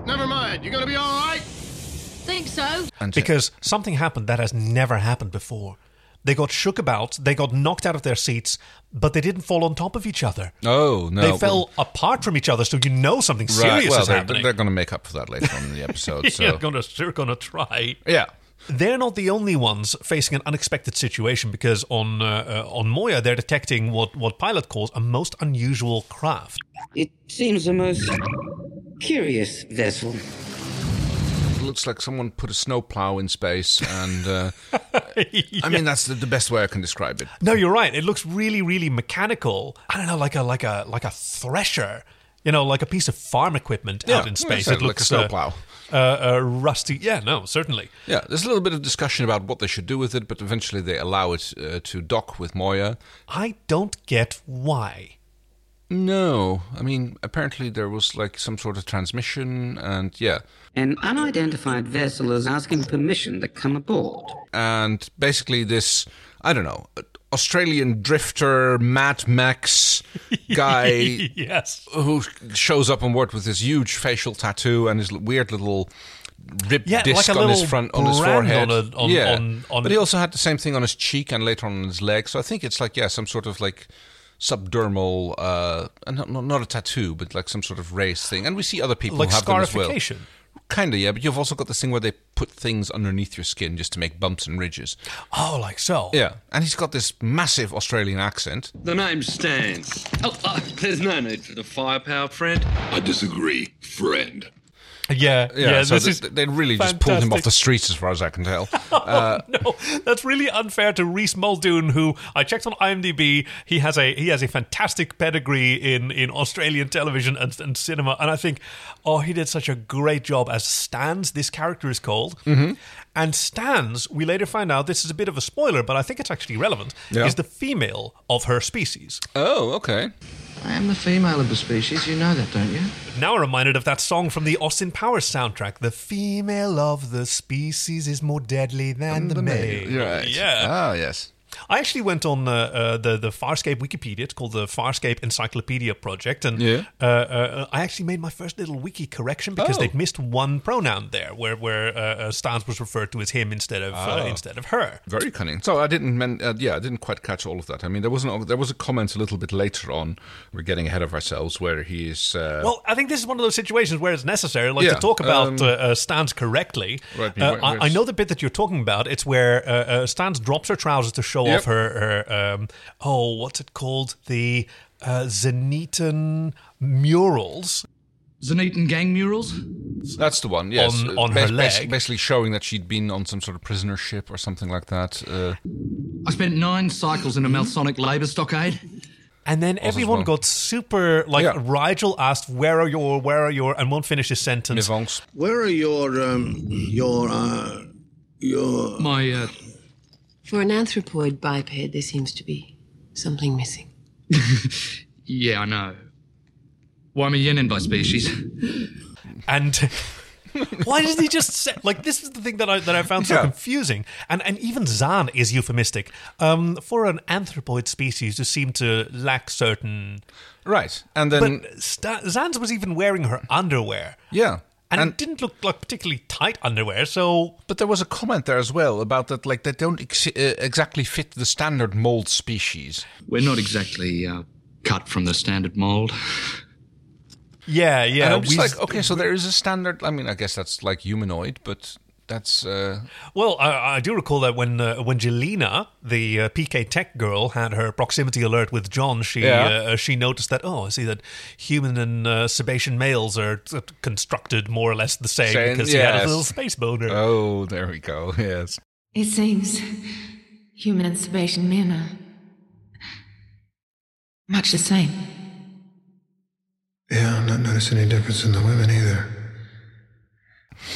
[SPEAKER 4] Never mind, you gonna be alright?
[SPEAKER 3] Think so?
[SPEAKER 1] And
[SPEAKER 2] because something happened that has never happened before. They got shook about, they got knocked out of their seats, but they didn't fall on top of each other.
[SPEAKER 1] oh no,
[SPEAKER 2] They
[SPEAKER 1] well-
[SPEAKER 2] fell apart from each other, so you know something serious
[SPEAKER 1] well,
[SPEAKER 2] is
[SPEAKER 1] they're,
[SPEAKER 2] happening.
[SPEAKER 1] they're going to make up for that later on in the episode. So
[SPEAKER 2] Yeah, gonna, they're gonna try.
[SPEAKER 1] yeah.
[SPEAKER 2] They're not the only ones facing an unexpected situation because on uh, uh, on Moya they're detecting what what pilot calls a most unusual craft.
[SPEAKER 6] It seems a most curious vessel.
[SPEAKER 1] It looks like someone put a snowplow in space, and uh, I mean that's the, the best way I can describe it.
[SPEAKER 2] No, you're right. It looks really really mechanical. I don't know, like a like a like a thresher. You know, like a piece of farm equipment out
[SPEAKER 1] Yeah,
[SPEAKER 2] in space.
[SPEAKER 1] yeah,
[SPEAKER 2] it looks
[SPEAKER 1] like a
[SPEAKER 2] uh,
[SPEAKER 1] snowplow.
[SPEAKER 2] Uh, uh, rusty. Yeah, no, certainly.
[SPEAKER 1] Yeah, there's a little bit of discussion about what they should do with it, but eventually they allow it uh, to dock with Moya.
[SPEAKER 2] I don't get why.
[SPEAKER 1] No, I mean apparently there was like some sort of transmission, and yeah,
[SPEAKER 6] An unidentified vessel is asking permission to come aboard.
[SPEAKER 1] and basically this I don't know Australian drifter Mad Max guy
[SPEAKER 2] Yes.
[SPEAKER 1] who shows up and worked with his huge facial tattoo and his l- weird little ripped
[SPEAKER 2] Yeah,
[SPEAKER 1] disc
[SPEAKER 2] like a
[SPEAKER 1] on his
[SPEAKER 2] little
[SPEAKER 1] front on his
[SPEAKER 2] brand
[SPEAKER 1] forehead.
[SPEAKER 2] on a- on-
[SPEAKER 1] yeah,
[SPEAKER 2] on- on-
[SPEAKER 1] but he also had the same thing on his cheek and later on his leg. So I think it's like yeah, some sort of like subdermal, uh, and not, not not a tattoo, but like some sort of race thing. And we see other people
[SPEAKER 2] Like
[SPEAKER 1] who have them as well.
[SPEAKER 2] scarification.
[SPEAKER 1] Kinda, yeah, but you've also got this thing where they put things underneath your skin just to make bumps and ridges.
[SPEAKER 2] Oh, like so.
[SPEAKER 1] Yeah, and he's got this massive Australian accent.
[SPEAKER 7] The name stands. Oh, uh, there's no need for the firepower, friend.
[SPEAKER 8] I disagree, friend.
[SPEAKER 2] Yeah, yeah.
[SPEAKER 1] Yeah, so
[SPEAKER 2] this
[SPEAKER 1] th-
[SPEAKER 2] is
[SPEAKER 1] th- they really just pulled him off
[SPEAKER 2] fantastic.
[SPEAKER 1] the streets, as far as I can tell.
[SPEAKER 2] no, that's really unfair to Reese Muldoon, who I checked on IMDb. He has a he has a fantastic pedigree in in Australian television and, and cinema, and I think, oh, he did such a great job as Stans. This character is called. And Stans, we later find out this is a bit of a spoiler, but I think it's actually relevant.
[SPEAKER 1] Yeah.
[SPEAKER 2] Is the female of her species.
[SPEAKER 1] oh, okay.
[SPEAKER 7] I am the female of the species. You know that, don't you?
[SPEAKER 2] Now I'm reminded of that song from the Austin Powers soundtrack. The female of the species is more deadly than the, male.
[SPEAKER 1] You're right.
[SPEAKER 2] Yeah.
[SPEAKER 1] Ah, yes.
[SPEAKER 2] I actually went on uh, uh, the the Farscape Wikipedia. It's called the Farscape Encyclopedia Project, and
[SPEAKER 1] Yeah.
[SPEAKER 2] uh, uh, I actually made my first little wiki correction because
[SPEAKER 1] Oh.
[SPEAKER 2] they'd missed one pronoun there, where where uh, uh, Stans was referred to as him instead of
[SPEAKER 1] Ah.
[SPEAKER 2] uh, instead of her.
[SPEAKER 1] Very cunning. So I didn't, men- uh, yeah, I didn't quite catch all of that. I mean, there was an, there was a comment a little bit later on. We're getting ahead of ourselves, where he is. Uh,
[SPEAKER 2] Well, I think this is one of those situations where it's necessary, like
[SPEAKER 1] Yeah,
[SPEAKER 2] to talk about
[SPEAKER 1] um,
[SPEAKER 2] uh, uh, Stans correctly.
[SPEAKER 1] Right,
[SPEAKER 2] Uh,
[SPEAKER 1] where-
[SPEAKER 2] I, I
[SPEAKER 1] where's-
[SPEAKER 2] know the bit that you're talking about. It's where uh, uh, Stans drops her trousers to show
[SPEAKER 1] Yep.
[SPEAKER 2] off her, her um, oh, what's it called? The uh, Zenetan murals.
[SPEAKER 8] Zanetan gang murals?
[SPEAKER 1] that's the one. Yes,
[SPEAKER 2] on- on her leg.
[SPEAKER 1] basically showing that she'd been on some sort of prisoner ship or something like that. Uh,
[SPEAKER 8] I spent nine cycles in a Malsonic labour stockade.
[SPEAKER 2] And then everyone
[SPEAKER 1] well.
[SPEAKER 2] got super like
[SPEAKER 1] Yeah.
[SPEAKER 2] Rigel asked, "Where are your? Where are your?" and won't finish his sentence.
[SPEAKER 1] Nivons.
[SPEAKER 9] Where are your um your uh your
[SPEAKER 8] My, uh,
[SPEAKER 10] For an anthropoid biped, there seems to be something missing.
[SPEAKER 8] yeah, I know. Why am I Yenin by species?
[SPEAKER 2] And why did he just say like this? Is the thing that I that I found so
[SPEAKER 1] Yeah.
[SPEAKER 2] confusing. And and even Zan is euphemistic um, for an anthropoid species who seem to lack certain.
[SPEAKER 1] Right, and then
[SPEAKER 2] But Sta- Zan's was even wearing her underwear,
[SPEAKER 1] yeah,
[SPEAKER 2] and, it didn't look like particularly tight underwear. So
[SPEAKER 1] But there was a comment there as well about that, like they don't ex- uh, exactly fit the standard mold species.
[SPEAKER 8] We're not exactly uh, cut from the standard mould.
[SPEAKER 2] yeah,
[SPEAKER 1] And
[SPEAKER 2] yeah,
[SPEAKER 1] I'm just
[SPEAKER 2] we-
[SPEAKER 1] like, okay, so there is a standard. I mean, I guess that's like humanoid, but that's uh,
[SPEAKER 2] Well, I, I do recall that when uh, when Jelena, the uh, PK Tech girl, had her proximity alert with John, she
[SPEAKER 1] Yeah.
[SPEAKER 2] uh, she noticed that oh, I see that human and uh, Sebacean males are uh, constructed more or less the same,
[SPEAKER 1] Same,
[SPEAKER 2] because he had
[SPEAKER 1] yes.
[SPEAKER 2] a little space boner.
[SPEAKER 1] oh, there we go. Yes,
[SPEAKER 10] It seems human and Sebastian men are much the same.
[SPEAKER 4] Yeah, I'm not noticing any difference in the women either.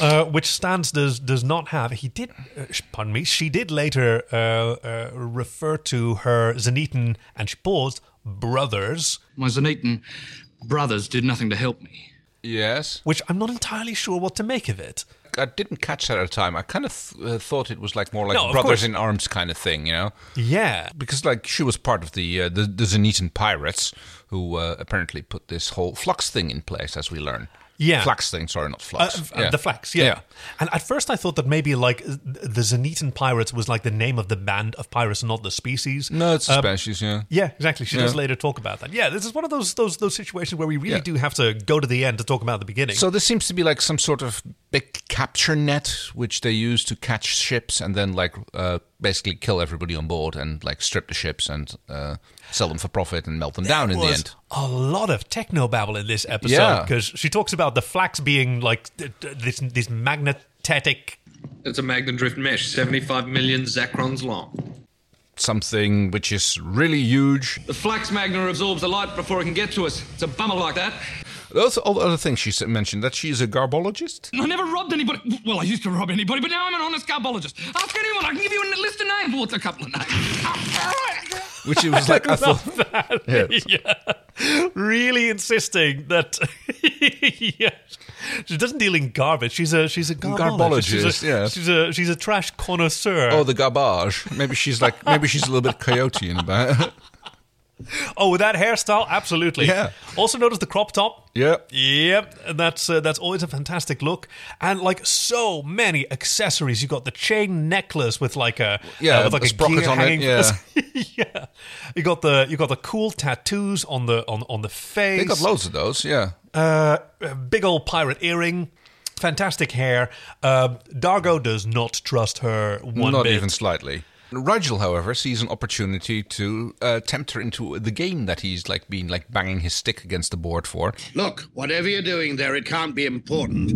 [SPEAKER 2] uh, which Stans does does not have. He did, uh, sh- pardon me, she did later uh, uh, refer to her Zenetan, and she paused, brothers,
[SPEAKER 8] My Zanetan brothers did nothing to help me.
[SPEAKER 1] yes.
[SPEAKER 2] which I'm not entirely sure what to make of it.
[SPEAKER 1] I didn't catch that at the time. I kind of th- uh, thought it was like more like
[SPEAKER 2] No, of
[SPEAKER 1] brothers
[SPEAKER 2] course.
[SPEAKER 1] in arms kind of thing, you know,
[SPEAKER 2] Yeah.
[SPEAKER 1] because like she was part of the uh, the, the Zenetan pirates who uh, apparently put this whole flux thing in place, as we learn.
[SPEAKER 2] Yeah.
[SPEAKER 1] flux thing. Sorry, not
[SPEAKER 2] Uh,
[SPEAKER 1] flux.
[SPEAKER 2] f- uh, The Flax, yeah.
[SPEAKER 1] Yeah.
[SPEAKER 2] And at first, I thought that maybe like th- the Zenetan pirates was like the name of the band of pirates, not the species.
[SPEAKER 1] No, it's a
[SPEAKER 2] Um,
[SPEAKER 1] species. Yeah.
[SPEAKER 2] Yeah, exactly. She does
[SPEAKER 1] Yeah.
[SPEAKER 2] later talk about that. Yeah, this is one of those those those situations where we really
[SPEAKER 1] Yeah.
[SPEAKER 2] do have to go to the end to talk about the beginning.
[SPEAKER 1] So this seems to be like some sort of big capture net, which they use to catch ships and then like uh, basically kill everybody on board and like strip the ships and uh, sell them for profit and melt them down in the
[SPEAKER 2] was
[SPEAKER 1] end.
[SPEAKER 2] a lot of techno babble in this episode
[SPEAKER 1] Yeah.
[SPEAKER 2] because she talks about the flax being like th- th- this this magnetic
[SPEAKER 7] It's a magnet drift mesh, 75 million zacrons long.
[SPEAKER 1] Something which is really huge.
[SPEAKER 8] The flax magna absorbs the light before it can get to us. It's a bummer like that.
[SPEAKER 1] Those all the other things she s- mentioned that she's a garbologist.
[SPEAKER 8] I never robbed anybody. Well, I used to rob anybody, but now I'm an honest garbologist. Ask anyone. I can give you a list of names. Well, it's a couple of names.
[SPEAKER 1] Which it was like I thought. Yes.
[SPEAKER 2] yeah. really insisting that yeah. she doesn't deal in garbage. She's a she's a garbologist. She's
[SPEAKER 1] Garbologist,
[SPEAKER 2] a,
[SPEAKER 1] yes.
[SPEAKER 2] she's a she's a trash connoisseur.
[SPEAKER 1] Oh,
[SPEAKER 2] Oh,
[SPEAKER 1] the garbage. Maybe she's like maybe she's a little bit coyote in about.
[SPEAKER 2] with Oh, that hairstyle, absolutely.
[SPEAKER 1] Yeah.
[SPEAKER 2] Also notice the crop top.
[SPEAKER 1] yeah.
[SPEAKER 2] Yep, and that's uh, that's always a fantastic look, and like so many accessories. You got the chain necklace with like a
[SPEAKER 1] Yeah,
[SPEAKER 2] uh, with
[SPEAKER 1] a
[SPEAKER 2] like a,
[SPEAKER 1] sprocket
[SPEAKER 2] gear
[SPEAKER 1] on it,
[SPEAKER 2] hanging.
[SPEAKER 1] yeah.
[SPEAKER 2] yeah. You got the you got the cool tattoos on the on on the face.
[SPEAKER 1] They got loads of those. Yeah.
[SPEAKER 2] Uh, a big old pirate earring, fantastic hair. Um Dargo does not trust her one
[SPEAKER 1] Not
[SPEAKER 2] bit.
[SPEAKER 1] even slightly. Rigel, however, sees an opportunity to uh, tempt her into the game that he's like been like banging his stick against the board for.
[SPEAKER 9] Look, whatever you're doing there, it can't be important.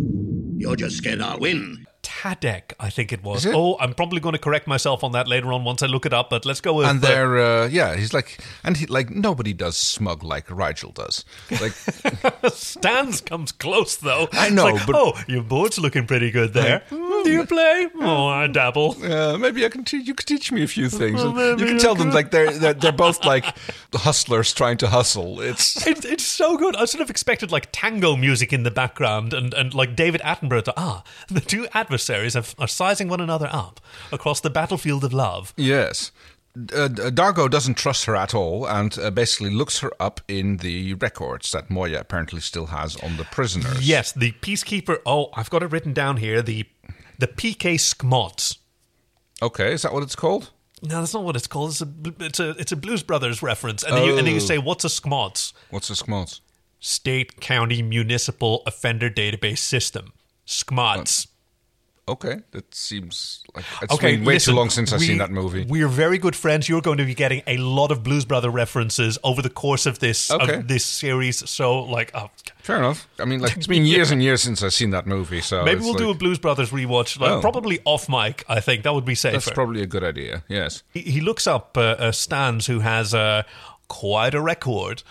[SPEAKER 9] You're just scared I'll win.
[SPEAKER 2] Tadek, I think it was.
[SPEAKER 1] Is it?
[SPEAKER 2] Oh, I'm probably going to correct myself on that later on once I look it up, but let's go with.
[SPEAKER 1] and
[SPEAKER 2] uh,
[SPEAKER 1] they're uh, yeah he's like and he like nobody does smug like rigel does like
[SPEAKER 2] Stans comes close though.
[SPEAKER 1] I
[SPEAKER 2] It's
[SPEAKER 1] know,
[SPEAKER 2] like,
[SPEAKER 1] but-
[SPEAKER 2] oh, your board's looking pretty good there. Mm, do you play? Oh, I dabble.
[SPEAKER 1] uh, maybe i can teach you could teach me a few things And
[SPEAKER 2] maybe
[SPEAKER 1] you can
[SPEAKER 2] you
[SPEAKER 1] tell them
[SPEAKER 2] could.
[SPEAKER 1] like they're, they're they're both like hustlers trying to hustle it's
[SPEAKER 2] It, it's so good. I sort of expected like tango music in the background and, and like David Attenborough to, ah, the two adversaries are, are sizing one another up across the battlefield of love.
[SPEAKER 1] yes uh, Dargo doesn't trust her at all and uh, basically looks her up in the records that Moya apparently still has on the prisoners.
[SPEAKER 2] Yes, the peacekeeper. Oh, I've got it written down here. The the PK Skmot.
[SPEAKER 1] Okay, is that what it's called?
[SPEAKER 2] No, that's not what it's called. It's a it's a it's a Blues Brothers reference, and then you and then you
[SPEAKER 1] Oh.
[SPEAKER 2] say, "What's a Skmot?"
[SPEAKER 1] What's the schmaltz?
[SPEAKER 2] State, County, Municipal Offender Database System. SCMODS.
[SPEAKER 1] Okay, that seems like it's
[SPEAKER 2] Okay,
[SPEAKER 1] been way
[SPEAKER 2] listen,
[SPEAKER 1] too long since I've
[SPEAKER 2] we-
[SPEAKER 1] seen that movie.
[SPEAKER 2] We're very good friends. You're going to be getting a lot of Blues Brother references over the course of this
[SPEAKER 1] Okay.
[SPEAKER 2] of this series. So, like, oh,
[SPEAKER 1] Fair enough. I mean, like it's been years and years since I've seen that movie, so
[SPEAKER 2] maybe
[SPEAKER 1] Oh, it's
[SPEAKER 2] we'll do a
[SPEAKER 1] like-
[SPEAKER 2] Blues Brothers rewatch, like,
[SPEAKER 1] Oh.
[SPEAKER 2] probably off mic. I think that would be safer.
[SPEAKER 1] That's probably a good idea. Yes.
[SPEAKER 2] he, he looks up uh, uh, Stans, who has uh, quite a record.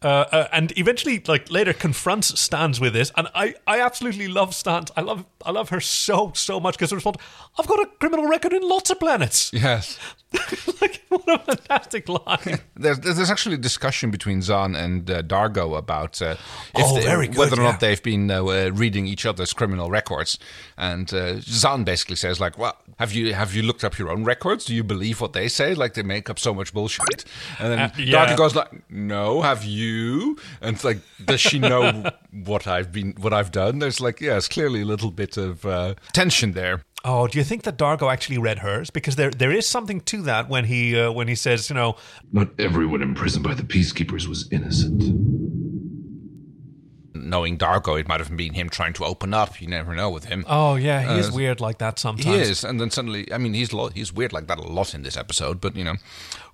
[SPEAKER 2] Uh, uh, and eventually, like later, confronts Stans with this, and I, I absolutely love Stans. I love, I love her so, so much because the response, I've got a criminal record in lots of planets.
[SPEAKER 1] Yes.
[SPEAKER 2] like what a fantastic line.
[SPEAKER 1] There's, there's actually a discussion between Zahn and uh, Dargo about uh, if
[SPEAKER 2] Oh,
[SPEAKER 1] they-
[SPEAKER 2] very good,
[SPEAKER 1] whether or
[SPEAKER 2] yeah.
[SPEAKER 1] not they've been uh, uh, reading each other's criminal records. And uh, Zahn basically says, like, well, have you have you looked up your own records? Do you believe what they say? Like, they make up so much bullshit. And then
[SPEAKER 2] Uh, yeah.
[SPEAKER 1] Dargo goes like, no, have you? And it's like, does she know what I've been what I've done? There's like, yeah, it's clearly a little bit of uh, tension there.
[SPEAKER 2] Oh, do you think that Dargo actually read hers? Because there, there is something to that when he, uh, when he says, you know,
[SPEAKER 11] Not everyone imprisoned by the peacekeepers was innocent.
[SPEAKER 1] Knowing Dargo, it might have been him trying to open up. You never know with him.
[SPEAKER 2] oh yeah, he is weird like that sometimes.
[SPEAKER 1] He is, and then suddenly, I mean, he's lo- he's weird like that a lot in this episode, but you know,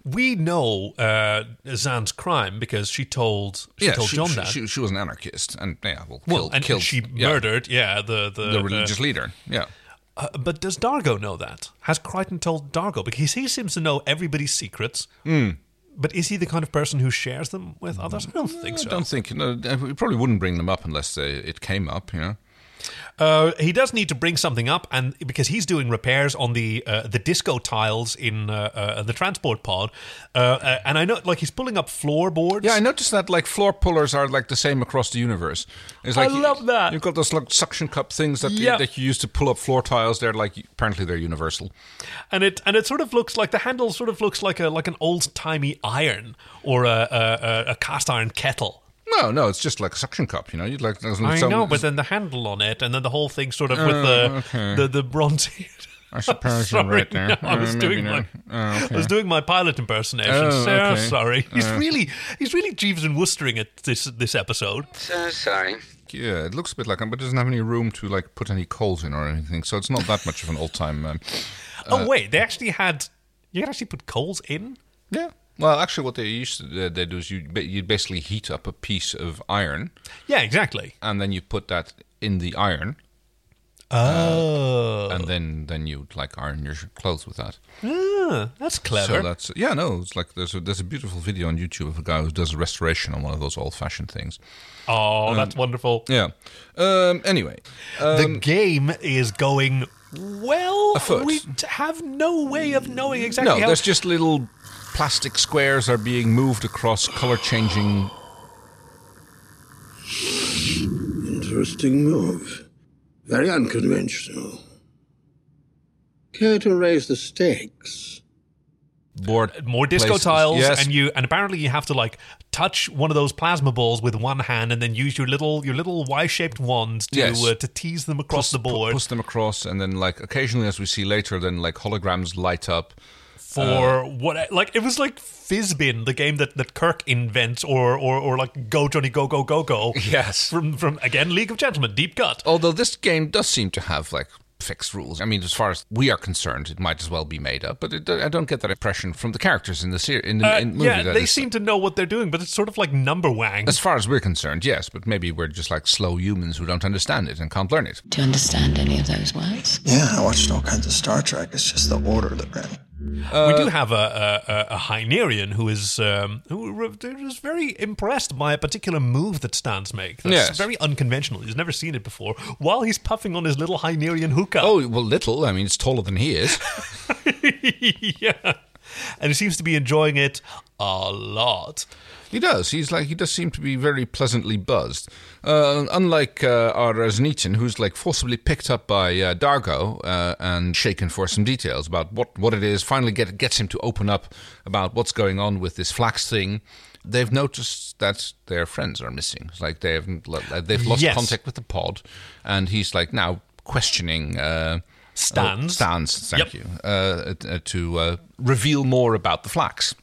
[SPEAKER 2] We know uh, Zan's crime because she told, she
[SPEAKER 1] yeah,
[SPEAKER 2] told
[SPEAKER 1] she,
[SPEAKER 2] John
[SPEAKER 1] she,
[SPEAKER 2] that.
[SPEAKER 1] she, she was an anarchist, and yeah, well,
[SPEAKER 2] Well,
[SPEAKER 1] killed,
[SPEAKER 2] and
[SPEAKER 1] killed
[SPEAKER 2] she
[SPEAKER 1] yeah,
[SPEAKER 2] murdered, yeah, the the,
[SPEAKER 1] the religious leader. Yeah,
[SPEAKER 2] uh, but does Dargo know that? Has Crichton told Dargo? Because he seems to know everybody's secrets.
[SPEAKER 1] Hmm.
[SPEAKER 2] But is he the kind of person who shares them with others? I don't think
[SPEAKER 1] Mm,
[SPEAKER 2] so.
[SPEAKER 1] I don't think no, we probably wouldn't bring them up unless they, it came up. You know,
[SPEAKER 2] Uh, he does need to bring something up, and because he's doing repairs on the uh, the disco tiles in uh, uh, the transport pod, uh, uh, and I know, like he's pulling up floorboards.
[SPEAKER 1] yeah, I noticed that like floor pullers are like the same across the universe. It's like
[SPEAKER 2] I love that.
[SPEAKER 1] you've got those like suction cup things that
[SPEAKER 2] Yeah.
[SPEAKER 1] you, that you use to pull up floor tiles. They're like apparently they're universal.
[SPEAKER 2] and it and it sort of looks like the handle sort of looks like a like an old timey iron or a, a, a, a cast iron kettle.
[SPEAKER 1] No, no, it's just like a suction cup. You know, you'd like there's
[SPEAKER 2] I
[SPEAKER 1] some- Oh,
[SPEAKER 2] know, but then the handle on it, and then the whole thing sort of with the the, the bronze.
[SPEAKER 1] I suppose you're
[SPEAKER 2] sorry,
[SPEAKER 1] right there.
[SPEAKER 2] no, I
[SPEAKER 1] Uh,
[SPEAKER 2] was
[SPEAKER 1] maybe
[SPEAKER 2] doing
[SPEAKER 1] not.
[SPEAKER 2] my
[SPEAKER 1] Oh, okay.
[SPEAKER 2] I was doing my pilot impersonation.
[SPEAKER 1] Oh,
[SPEAKER 2] Sarah,
[SPEAKER 1] okay.
[SPEAKER 2] sorry, he's really he's really Jeeves and Woostering at this this episode.
[SPEAKER 6] So sorry.
[SPEAKER 1] Yeah, it looks a bit like, but it doesn't have any room to like put any coals in or anything, so it's not that much of an old time. Um,
[SPEAKER 2] oh wait, they actually had you can actually put coals in.
[SPEAKER 1] yeah. Well, actually, what they used to uh, they do is you ba- you basically heat up a piece of iron,
[SPEAKER 2] Yeah, exactly.
[SPEAKER 1] and then you put that in the iron, Uh,
[SPEAKER 2] Oh,
[SPEAKER 1] and then then you like iron your sh- clothes with that.
[SPEAKER 2] Ah, that's clever.
[SPEAKER 1] So that's yeah, no, it's like there's a there's a beautiful video on YouTube of a guy who does a restoration on one of those old fashioned things.
[SPEAKER 2] oh, that's wonderful.
[SPEAKER 1] Yeah. Um. Anyway,
[SPEAKER 2] the game is going well.
[SPEAKER 1] um, Afoot.
[SPEAKER 2] We t- have no way of knowing exactly
[SPEAKER 1] no,
[SPEAKER 2] how
[SPEAKER 1] there's just little plastic squares are being moved across color changing
[SPEAKER 9] Interesting move. Very unconventional. Care to raise the stakes?
[SPEAKER 1] board
[SPEAKER 2] Uh, more disco
[SPEAKER 1] places.
[SPEAKER 2] tiles
[SPEAKER 1] Yes.
[SPEAKER 2] and you and apparently you have to like touch one of those plasma balls with one hand and then use your little your little y-shaped wand to
[SPEAKER 1] Yes.
[SPEAKER 2] uh, to tease them across the board
[SPEAKER 1] Push them across, and then like occasionally, as we see later, then like holograms light up.
[SPEAKER 2] for what like it was like Fizbin the game that that Kirk invents or or or like Go Johnny Go Go Go Go
[SPEAKER 1] Yes.
[SPEAKER 2] from from again League of Gentlemen deep cut
[SPEAKER 1] Although this game does seem to have like fixed rules. I mean, as far as we are concerned, it might as well be made up. But it, I don't get that impression from the characters in the series. In the
[SPEAKER 2] Uh,
[SPEAKER 1] in the movie,
[SPEAKER 2] yeah,
[SPEAKER 1] that
[SPEAKER 2] they
[SPEAKER 1] is-
[SPEAKER 2] seem to know what they're doing, but it's sort of like number wang.
[SPEAKER 1] As far as we're concerned, yes, but maybe we're just like slow humans who don't understand it and can't learn it.
[SPEAKER 12] Do you understand any of those words?
[SPEAKER 9] Yeah, I watched all kinds of Star Trek. It's just the order that ran.
[SPEAKER 1] Uh,
[SPEAKER 2] we do have a a, a, a Hynerian who is um, who re- is very impressed by a particular move that Stans make. That's
[SPEAKER 1] Yes.
[SPEAKER 2] very unconventional. He's never seen it before. While he's puffing on his little Hynerian hookah.
[SPEAKER 1] Oh well, little. I mean, it's taller than he is.
[SPEAKER 2] yeah, and he seems to be enjoying it a lot.
[SPEAKER 1] He does. He's like he does seem to be very pleasantly buzzed, uh, unlike uh, our Resnitin, who's like forcibly picked up by uh, Dargo uh, and shaken for some details about what, what it is. Finally, get, gets him to open up about what's going on with this flax thing. They've noticed that their friends are missing. It's like they haven't lo- like they've lost
[SPEAKER 2] Yes.
[SPEAKER 1] contact with the pod, and he's like now questioning. Uh,
[SPEAKER 2] Stans.
[SPEAKER 1] uh, Stans, thank
[SPEAKER 2] Yep.
[SPEAKER 1] you. Uh, uh, to uh, reveal more about the flax.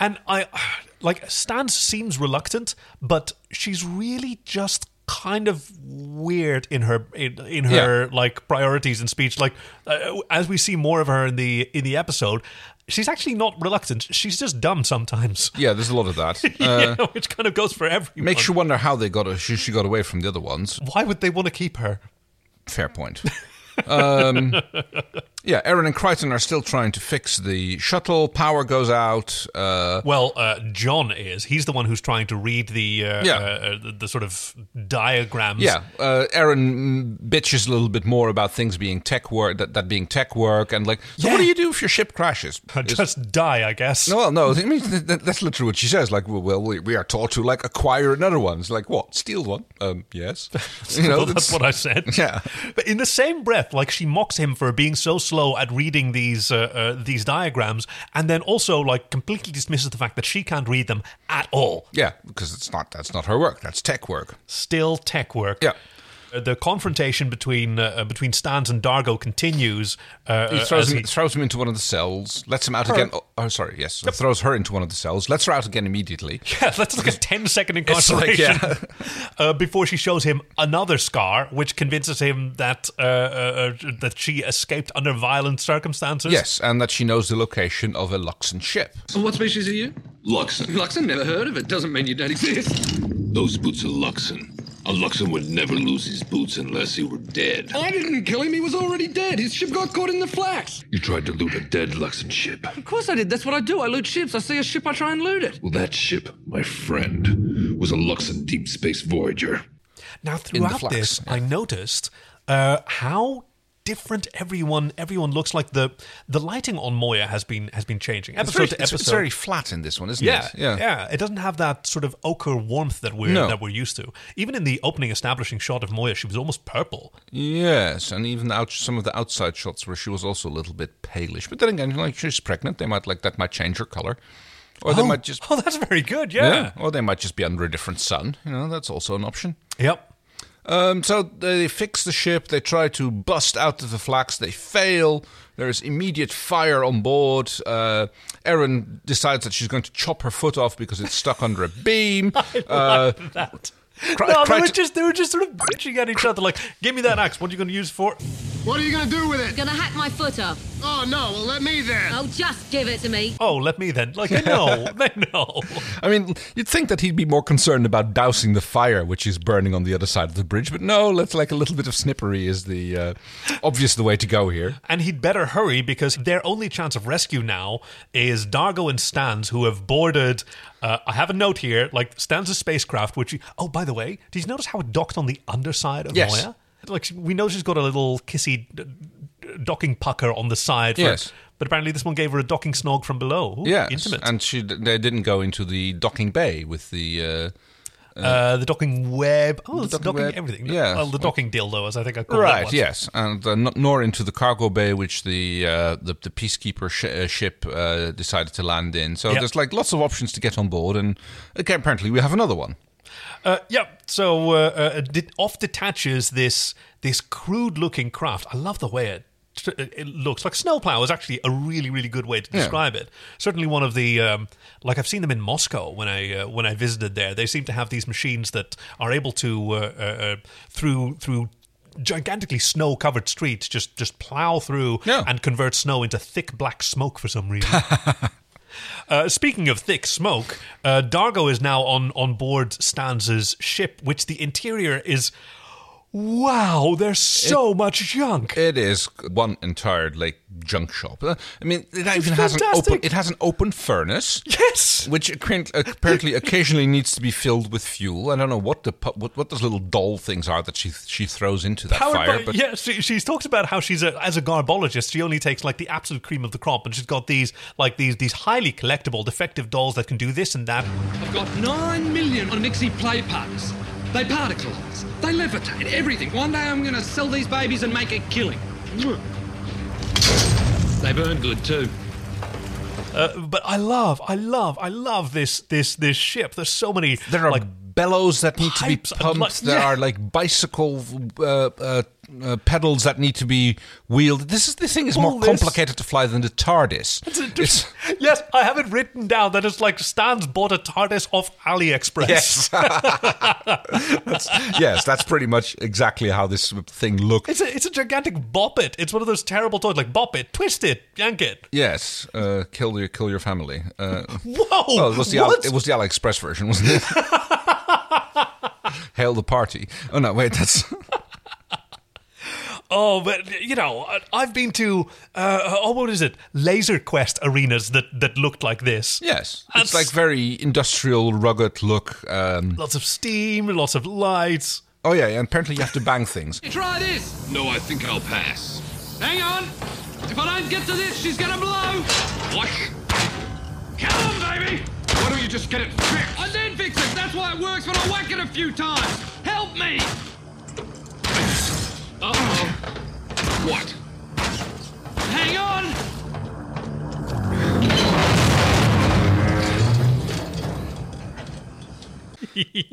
[SPEAKER 2] And I like Stan seems reluctant, but she's really just kind of weird in her in, in her like priorities and speech. Like uh, as we see more of her in the in the episode, she's actually not reluctant. She's just dumb sometimes.
[SPEAKER 1] Yeah, there's a lot of that. Uh,
[SPEAKER 2] Yeah, which kind of goes for everyone.
[SPEAKER 1] Makes you wonder how they got she, she got away from the other ones.
[SPEAKER 2] Why would they want to keep her?
[SPEAKER 1] Fair point. um, yeah, Aaron and Crichton are still trying to fix the shuttle. Power goes out. Uh,
[SPEAKER 2] Well, uh, John is. He's the one who's trying to read the uh,
[SPEAKER 1] Yeah.
[SPEAKER 2] uh, uh, the, the sort of diagrams.
[SPEAKER 1] yeah, uh, Aaron mm, bitches a little bit more about things being tech work that, that being tech work and like. So what do you do if your ship crashes? Is-
[SPEAKER 2] Just die, I guess.
[SPEAKER 1] no, well, no. I mean, th- th- that's literally what she says. Like, well, well, we, we are taught to like acquire another one. It's like what? Steal one? Um, yes. You know,
[SPEAKER 2] Well, that's what I said.
[SPEAKER 1] Yeah.
[SPEAKER 2] But in the same breath, like she mocks him for being so slow at reading these uh, uh, these diagrams, and then also like completely dismisses the fact that she can't read them at all.
[SPEAKER 1] Yeah, because it's not that's not her work. That's tech work.
[SPEAKER 2] Still tech work.
[SPEAKER 1] Yeah.
[SPEAKER 2] Uh, The confrontation between uh, between Stans and Dargo continues. Uh,
[SPEAKER 1] He
[SPEAKER 2] uh,
[SPEAKER 1] throws,
[SPEAKER 2] as
[SPEAKER 1] him,
[SPEAKER 2] he-
[SPEAKER 1] throws him into one of the cells, lets him out
[SPEAKER 2] Her.
[SPEAKER 1] again. Oh, oh, sorry, yes. Throws her into one of the cells, lets her out again immediately.
[SPEAKER 2] Yeah, that's like a 10 second
[SPEAKER 1] It's like,
[SPEAKER 2] incarceration
[SPEAKER 1] yeah.
[SPEAKER 2] uh, before she shows him another scar, which convinces him that uh, uh, uh, that she escaped under violent circumstances.
[SPEAKER 1] Yes, and that she knows the location of a Luxon ship.
[SPEAKER 7] What species are you?
[SPEAKER 11] Luxon.
[SPEAKER 7] Luxon, never heard of it. Doesn't mean you don't exist.
[SPEAKER 11] Those boots are Luxon. A Luxon would never lose his boots unless he were dead.
[SPEAKER 7] I didn't kill him. He was already dead. His ship got caught in the flax.
[SPEAKER 11] You tried to loot a dead Luxon ship.
[SPEAKER 7] Of course I did. That's what I do. I loot ships. I see a ship, I try and loot it.
[SPEAKER 11] Well, that ship, my friend, was a Luxon deep space voyager.
[SPEAKER 2] Now,
[SPEAKER 11] In the
[SPEAKER 2] throughout
[SPEAKER 11] flux,
[SPEAKER 2] this,
[SPEAKER 11] yeah.
[SPEAKER 2] I noticed uh, how different everyone everyone looks like. the The lighting on Moya has been has been changing
[SPEAKER 1] It's
[SPEAKER 2] episode
[SPEAKER 1] very,
[SPEAKER 2] to
[SPEAKER 1] it's-
[SPEAKER 2] episode.
[SPEAKER 1] it's very flat in this one, isn't
[SPEAKER 2] yeah,
[SPEAKER 1] it?
[SPEAKER 2] yeah, It doesn't have that sort of ochre warmth that we're
[SPEAKER 1] No.
[SPEAKER 2] that we're used to. Even in the opening establishing shot of Moya, she was almost purple.
[SPEAKER 1] Yes, and even out, some of the outside shots where she was also a little bit palish. But then again, like she's pregnant, they might like that might change her color, or they might just
[SPEAKER 2] Oh, that's very good. yeah.
[SPEAKER 1] or they might just be under a different sun. You know, that's also an option.
[SPEAKER 2] Yep.
[SPEAKER 1] Um, so they fix the ship. They try to bust out of the flax. They fail. There is immediate fire on board. Uh, Erin decides that she's going to chop her foot off because it's stuck under a beam. Uh,
[SPEAKER 2] that.
[SPEAKER 1] Cri-
[SPEAKER 2] no, they were
[SPEAKER 1] Crichton-
[SPEAKER 2] just they were just sort of bitching at each other, like, "Give me that axe. What are you going to use it for?"
[SPEAKER 4] What are you gonna do with it?
[SPEAKER 3] Gonna hack my foot off.
[SPEAKER 4] Oh no! Well, let me then.
[SPEAKER 3] Oh, just give it to me.
[SPEAKER 2] Oh, let me then. Like, they know, they know.
[SPEAKER 1] I mean, you'd think that he'd be more concerned about dousing the fire, which is burning on the other side of the bridge, but no. Let's like a little bit of snippery is the uh, obvious the way to go here.
[SPEAKER 2] And he'd better hurry because their only chance of rescue now is Dargo and Stans, who have boarded. Uh, I have a note here, like Stans' spacecraft, which. Oh, by the way, did you notice how it docked on the underside of
[SPEAKER 1] Yes.
[SPEAKER 2] Moya? Like, she- we know she's got a little kissy d- d- docking pucker on the side. For,
[SPEAKER 1] Yes.
[SPEAKER 2] But apparently, this one gave her a docking snog from below. Ooh,
[SPEAKER 1] Yes,
[SPEAKER 2] Intimate.
[SPEAKER 1] and she they didn't go into the docking bay with the. Uh,
[SPEAKER 2] Uh, the docking web. Oh,
[SPEAKER 1] The
[SPEAKER 2] it's
[SPEAKER 1] docking
[SPEAKER 2] docking,
[SPEAKER 1] web.
[SPEAKER 2] everything.
[SPEAKER 1] Yeah.
[SPEAKER 2] Well, the docking dildo, as I think I called it.
[SPEAKER 1] Right.
[SPEAKER 2] once.
[SPEAKER 1] Yes, and uh, n- nor into the cargo bay, which the uh, the, the peacekeeper sh- uh, ship uh, decided to land in. So
[SPEAKER 2] Yep.
[SPEAKER 1] there's like lots of options to get on board, and okay, apparently we have another one.
[SPEAKER 2] Uh, yeah. So uh, uh, det- off detaches this this crude looking craft. I love the way it. It looks like snowplow is actually a really, really good way to
[SPEAKER 1] Yeah.
[SPEAKER 2] describe it. Certainly, one of the um, like I've seen them in Moscow when I uh, when I visited there. They seem to have these machines that are able to uh, uh, uh, through through gigantically snow-covered streets just just plow through and convert snow into thick black smoke for some reason. Uh, speaking of thick smoke, uh, Dargo is now on, on board Stanza's ship, which the interior is. Wow, there's so much junk.
[SPEAKER 1] It is one entire like junk shop. Uh, I mean, it even has
[SPEAKER 2] fantastic.
[SPEAKER 1] an open. It has an open furnace.
[SPEAKER 2] Yes,
[SPEAKER 1] which apparent- apparently occasionally needs to be filled with fuel. I don't know what the pu- what, what those little doll things are that she she throws into that
[SPEAKER 2] Powered
[SPEAKER 1] fire.
[SPEAKER 2] by-
[SPEAKER 1] but
[SPEAKER 2] yeah, she, she's talked about how she's a, as a garbologist, she only takes like the absolute cream of the crop, and she's got these like these these highly collectible, defective dolls that can do this and that.
[SPEAKER 8] I've got nine million Onyxie play parts. They particleize, they levitate, everything. One day I'm gonna sell these babies and make a killing. They burn good too.
[SPEAKER 2] Uh, but I love, I love, I love this this this ship. There's so many. There
[SPEAKER 1] are
[SPEAKER 2] like
[SPEAKER 1] bellows that need to be pumped. there
[SPEAKER 2] yeah.
[SPEAKER 1] are like bicycle uh, uh, uh, pedals that need to be wheeled. This is the thing is
[SPEAKER 2] All
[SPEAKER 1] more
[SPEAKER 2] this-
[SPEAKER 1] complicated to fly than the TARDIS. It's-
[SPEAKER 2] Yes, I have it written down that it's like Stan's bought a TARDIS off AliExpress.
[SPEAKER 1] Yes. yes, that's pretty much exactly how this thing looked.
[SPEAKER 2] it's, a, it's a gigantic bop it. It's one of those terrible toys like bop it, twist it, yank it.
[SPEAKER 1] Yes, uh, kill your kill your family. Uh,
[SPEAKER 2] Whoa!
[SPEAKER 1] well, it was the
[SPEAKER 2] what?
[SPEAKER 1] it was the AliExpress version, wasn't it? Hail the party! Oh no, wait, that's
[SPEAKER 2] Oh, but you know, I- I've been to uh, oh, what is it? Laser Quest arenas that that looked like this.
[SPEAKER 1] yes.
[SPEAKER 2] That's-
[SPEAKER 1] It's like very industrial, rugged look. Um,
[SPEAKER 2] Lots of steam, lots of lights.
[SPEAKER 1] oh yeah, and apparently you have to bang things.
[SPEAKER 8] You try this!
[SPEAKER 11] No, I think I'll pass.
[SPEAKER 8] Hang on! If I don't get to this, she's gonna blow!
[SPEAKER 11] What?
[SPEAKER 8] Come on, baby!
[SPEAKER 11] Why don't you just get it fixed?
[SPEAKER 8] I did fix it! That's why it works when I whack it a few times! Help me! Uh-oh.
[SPEAKER 11] What?
[SPEAKER 8] Hang on!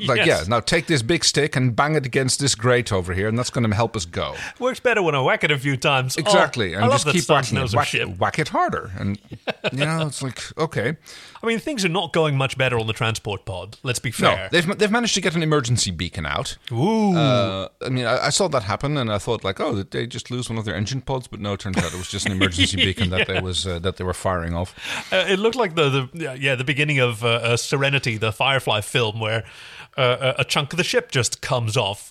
[SPEAKER 1] Like yeah, now take this big stick and bang it against this grate over here, and that's going to help us go.
[SPEAKER 2] Works better when I whack it a few times. Oh,
[SPEAKER 1] Exactly,
[SPEAKER 2] I
[SPEAKER 1] and
[SPEAKER 2] love
[SPEAKER 1] just
[SPEAKER 2] that
[SPEAKER 1] keep
[SPEAKER 2] Stan
[SPEAKER 1] whacking
[SPEAKER 2] knows
[SPEAKER 1] it,
[SPEAKER 2] her
[SPEAKER 1] whack,
[SPEAKER 2] shit.
[SPEAKER 1] whack it harder, and you know it's like okay.
[SPEAKER 2] I mean, things are not going much better on the transport pod. Let's be
[SPEAKER 1] No,
[SPEAKER 2] fair.
[SPEAKER 1] they've they've managed to get an emergency beacon out.
[SPEAKER 2] Ooh.
[SPEAKER 1] Uh, I mean, I, I saw that happen, and I thought like, oh, did they just lose one of their engine pods? But no, it turns out it was just an emergency beacon that they was uh, that they were firing off.
[SPEAKER 2] Uh, it looked like the, the yeah, yeah the beginning of uh, uh, Serenity, the Firefly film, where uh, a a chunk of the ship just comes off.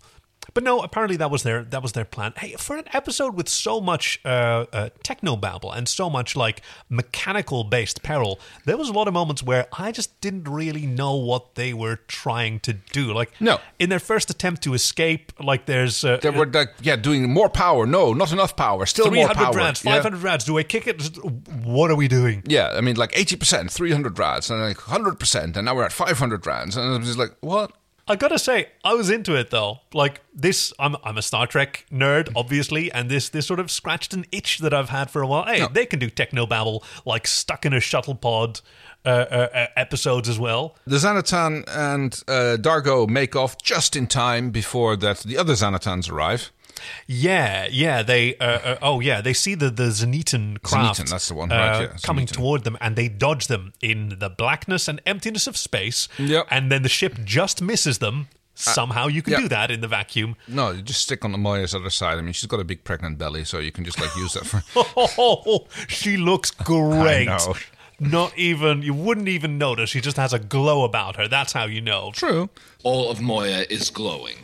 [SPEAKER 2] But no, apparently that was their that was their plan. Hey, for an episode with so much uh, uh, techno babble and so much like mechanical based peril, there was a lot of moments where I just didn't really know what they were trying to do. Like,
[SPEAKER 1] No.
[SPEAKER 2] in their first attempt to escape, like there's uh,
[SPEAKER 1] They were like, yeah, doing more power. No, not enough power. Still
[SPEAKER 2] three
[SPEAKER 1] more power.
[SPEAKER 2] hundred rounds,
[SPEAKER 1] Yeah.
[SPEAKER 2] five hundred rounds. Do I kick it? What are we doing?
[SPEAKER 1] Yeah, I mean, like eighty percent, three hundred rounds, and like hundred percent, and now we're at five hundred rounds, and I'm just like, what?
[SPEAKER 2] I gotta say, I was into it though. Like this, I'm I'm a Star Trek nerd, obviously, and this this sort of scratched an itch that I've had for a while. Hey, they can do techno babble like stuck in a shuttle pod uh, uh, uh, episodes as well.
[SPEAKER 1] The Xanatan and uh, Dargo make off just in time before that the other Xanatans arrive.
[SPEAKER 2] Yeah, yeah. They uh, uh, oh yeah, they see the the Zenitan craft.
[SPEAKER 1] Zenitan, that's the one, right,
[SPEAKER 2] uh,
[SPEAKER 1] yeah,
[SPEAKER 2] coming
[SPEAKER 1] Zenitan.
[SPEAKER 2] toward them, and they dodge them in the blackness and emptiness of space.
[SPEAKER 1] Yep. Uh,
[SPEAKER 2] And then the ship just misses them. Somehow you can
[SPEAKER 1] yeah.
[SPEAKER 2] do that in the vacuum.
[SPEAKER 1] No, you just stick on Amaya's other side. I mean, she's got a big pregnant belly, so you can just like use that for.
[SPEAKER 2] Oh, she looks great.
[SPEAKER 1] know.
[SPEAKER 2] Not even you wouldn't even notice. She just has a glow about her. That's how you know.
[SPEAKER 1] True.
[SPEAKER 11] All of Moya is glowing.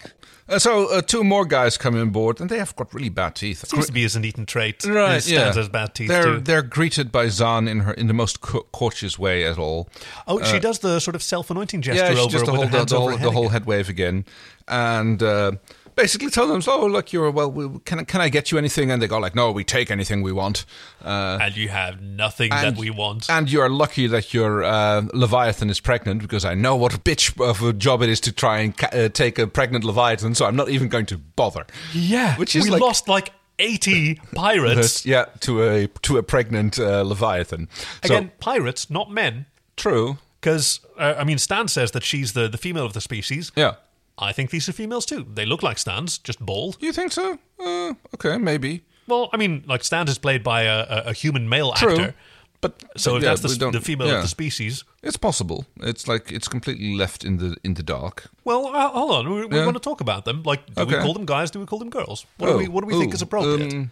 [SPEAKER 1] Uh, so uh, two more guys come on board, and they have got really bad teeth.
[SPEAKER 2] Seems to be a Eaton trait.
[SPEAKER 1] Right,
[SPEAKER 2] It stands
[SPEAKER 1] yeah.
[SPEAKER 2] as bad teeth
[SPEAKER 1] They're
[SPEAKER 2] too.
[SPEAKER 1] they're greeted by Zahn in her in the most co- courteous way at all.
[SPEAKER 2] oh, she does the sort of self-anointing gesture
[SPEAKER 1] uh, Yeah, she
[SPEAKER 2] over
[SPEAKER 1] just the
[SPEAKER 2] with
[SPEAKER 1] whole
[SPEAKER 2] her
[SPEAKER 1] the,
[SPEAKER 2] hands
[SPEAKER 1] the
[SPEAKER 2] over
[SPEAKER 1] whole,
[SPEAKER 2] her
[SPEAKER 1] the
[SPEAKER 2] head
[SPEAKER 1] whole
[SPEAKER 2] again.
[SPEAKER 1] head wave again, and uh, basically tell them, "Oh, look, you're well. We, can I- can I get you anything?" And they go like, "No, we take anything we want." Uh,
[SPEAKER 2] and you have nothing that we want.
[SPEAKER 1] And you are lucky that your uh, Leviathan is pregnant because I know what a bitch of a job it is to try and ca- uh, take a pregnant Leviathan, so I'm not even going to bother.
[SPEAKER 2] yeah,
[SPEAKER 1] Which is
[SPEAKER 2] we
[SPEAKER 1] like-
[SPEAKER 2] lost like eighty pirates.
[SPEAKER 1] yeah, to a to a pregnant uh, Leviathan. So,
[SPEAKER 2] Again, pirates, not men.
[SPEAKER 1] true.
[SPEAKER 2] Because uh, I mean, Stan says that she's the the female of the species.
[SPEAKER 1] Yeah.
[SPEAKER 2] I think these are females too. They look like Stans, just bald.
[SPEAKER 1] You think so? Uh, okay, maybe.
[SPEAKER 2] Well, I mean, like Stan is played by a, a, a human male
[SPEAKER 1] True.
[SPEAKER 2] actor,
[SPEAKER 1] But
[SPEAKER 2] So
[SPEAKER 1] but
[SPEAKER 2] if
[SPEAKER 1] yeah,
[SPEAKER 2] that's the
[SPEAKER 1] we
[SPEAKER 2] s-
[SPEAKER 1] don't-
[SPEAKER 2] the female of
[SPEAKER 1] yeah.
[SPEAKER 2] the species-
[SPEAKER 1] it's possible. It's like it's completely left in the in the dark.
[SPEAKER 2] Well, uh, hold on. We, we
[SPEAKER 1] Yeah.
[SPEAKER 2] want to talk about them. Like, do we
[SPEAKER 1] Okay.
[SPEAKER 2] call them guys? Do we call them girls? What do
[SPEAKER 1] Oh,
[SPEAKER 2] we What do we think
[SPEAKER 1] ooh,
[SPEAKER 2] is appropriate?
[SPEAKER 1] um,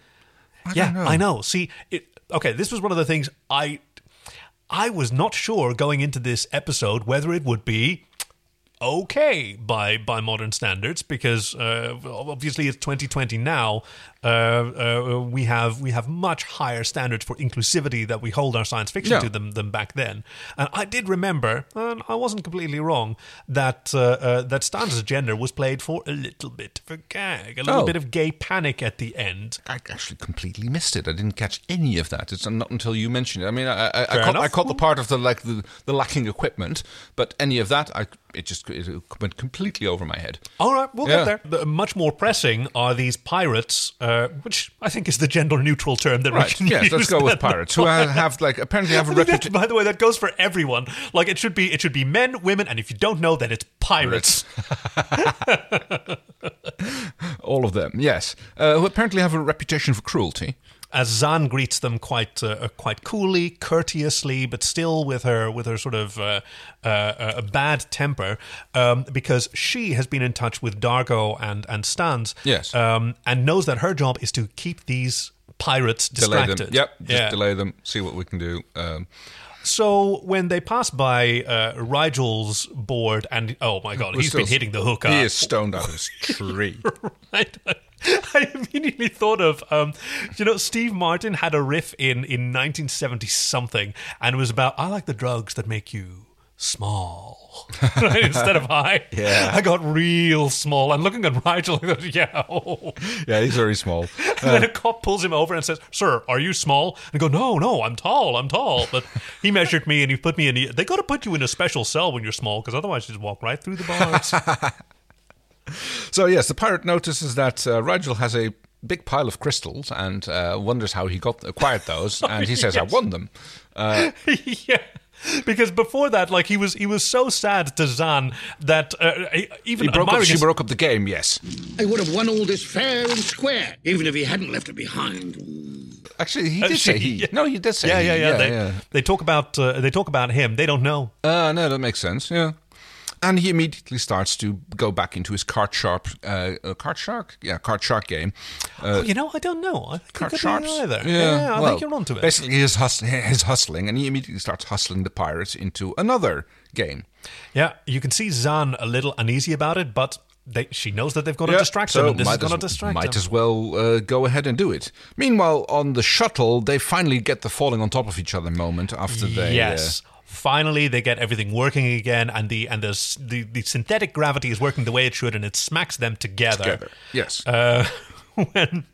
[SPEAKER 1] I
[SPEAKER 2] yeah,
[SPEAKER 1] don't know.
[SPEAKER 2] I know. See, it, okay, this was one of the things I I was not sure going into this episode whether it would be okay by by modern standards because uh, obviously it's 2020 now. Uh, uh, we have we have much higher standards for inclusivity that we hold our science fiction
[SPEAKER 13] Yeah.
[SPEAKER 2] to than than back then. And I did remember, and I wasn't completely wrong, that uh, uh, that standards of gender was played for a little bit of a gag, a little
[SPEAKER 1] Oh.
[SPEAKER 2] bit of gay panic at the end.
[SPEAKER 1] I actually completely missed it. I didn't catch any of that. It's not until you mentioned it. I mean, I, I, I,
[SPEAKER 2] Fair
[SPEAKER 1] caught,
[SPEAKER 2] enough.
[SPEAKER 1] I caught the part of the like the, the lacking equipment, but any of that, I it just it went completely over my head.
[SPEAKER 2] All right, we'll
[SPEAKER 1] Yeah.
[SPEAKER 2] get there. The- much more pressing are these pirates, uh, which I think is the gender-neutral term that we
[SPEAKER 1] Right,
[SPEAKER 2] can
[SPEAKER 1] yes,
[SPEAKER 2] use.
[SPEAKER 1] let's go with
[SPEAKER 2] at the
[SPEAKER 1] pirates, who
[SPEAKER 2] time.
[SPEAKER 1] have, like, apparently have a
[SPEAKER 2] I mean, that-
[SPEAKER 1] reputa-
[SPEAKER 2] By the way, that goes for everyone. Like it should be, it should be men, women, and if you don't know, then it's pirates.
[SPEAKER 1] All of them, yes, uh, who apparently have a reputation for cruelty.
[SPEAKER 2] As Zan greets them quite, uh, uh, quite coolly, courteously, but still with her, with her sort of uh, uh, uh, bad temper, um, because she has been in touch with Dargo and and Stans,
[SPEAKER 1] Yes.
[SPEAKER 2] um, and knows that her job is to keep these pirates distracted.
[SPEAKER 1] Delay them. Yep, just
[SPEAKER 2] Yeah.
[SPEAKER 1] delay them. See what we can do. Um,
[SPEAKER 2] So when they pass by uh, Rigel's board, and oh my god,
[SPEAKER 1] we're
[SPEAKER 2] he's
[SPEAKER 1] still-
[SPEAKER 2] been hitting the hooker.
[SPEAKER 1] He is stoned out of his tree.
[SPEAKER 2] I immediately thought of, um, you know, Steve Martin had a riff in in 1970 something, and it was about I like the drugs that make you small Right? instead of high.
[SPEAKER 1] Yeah.
[SPEAKER 2] I got real small. I'm looking at Rigel. I go, yeah. oh."
[SPEAKER 1] yeah, he's very small.
[SPEAKER 2] And then a cop pulls him over and says, "Sir, are you small?" And I go, "No, no, I'm tall. I'm tall." But he measured me and he put me in. They got to put you in a special cell when you're small because otherwise you just walk right through the bars.
[SPEAKER 1] So yes, the pirate notices that uh, Rigel has a big pile of crystals and uh, wonders how he got acquired those, and he says, "I
[SPEAKER 2] yes.
[SPEAKER 1] won them." Uh,
[SPEAKER 2] yeah. Because before that, like he was, he was so sad to Zan that uh, he- even
[SPEAKER 1] he broke up,
[SPEAKER 2] admiring
[SPEAKER 1] she
[SPEAKER 2] his-
[SPEAKER 1] broke up the game. Yes,
[SPEAKER 9] I would have won all this fair and square, even if he hadn't left it behind.
[SPEAKER 1] actually, he
[SPEAKER 2] Uh,
[SPEAKER 1] did
[SPEAKER 2] she-
[SPEAKER 1] say he.
[SPEAKER 2] yeah.
[SPEAKER 1] No, he did say.
[SPEAKER 2] yeah,
[SPEAKER 1] he.
[SPEAKER 2] yeah, yeah, They,
[SPEAKER 1] yeah.
[SPEAKER 2] they talk about uh, they talk about him. They don't know.
[SPEAKER 1] Uh, no, that makes sense. Yeah. And he immediately starts to go back into his card sharp, uh, uh, card shark, yeah, card shark game. Uh,
[SPEAKER 2] you know, I don't know. I think
[SPEAKER 1] card
[SPEAKER 2] it could
[SPEAKER 1] sharps.
[SPEAKER 2] be either. I
[SPEAKER 1] well,
[SPEAKER 2] think you're onto it.
[SPEAKER 1] Basically, his hustling, his hustling, and he immediately starts hustling the pirates into another game.
[SPEAKER 2] Yeah, you can see Zan a little uneasy about it, but they, she knows that they've got to
[SPEAKER 1] Yeah,
[SPEAKER 2] distract him, and this is
[SPEAKER 1] might
[SPEAKER 2] going to
[SPEAKER 1] as-
[SPEAKER 2] distract
[SPEAKER 1] Might
[SPEAKER 2] him.
[SPEAKER 1] as well uh, go ahead and do it. Meanwhile, on the shuttle, they finally get the falling on top of each other moment after they. uh,
[SPEAKER 2] yes. Finally, they get everything working again, and the and the, s- the the synthetic gravity is working the way it should, and it smacks them together.
[SPEAKER 1] Together, yes.
[SPEAKER 2] Uh, when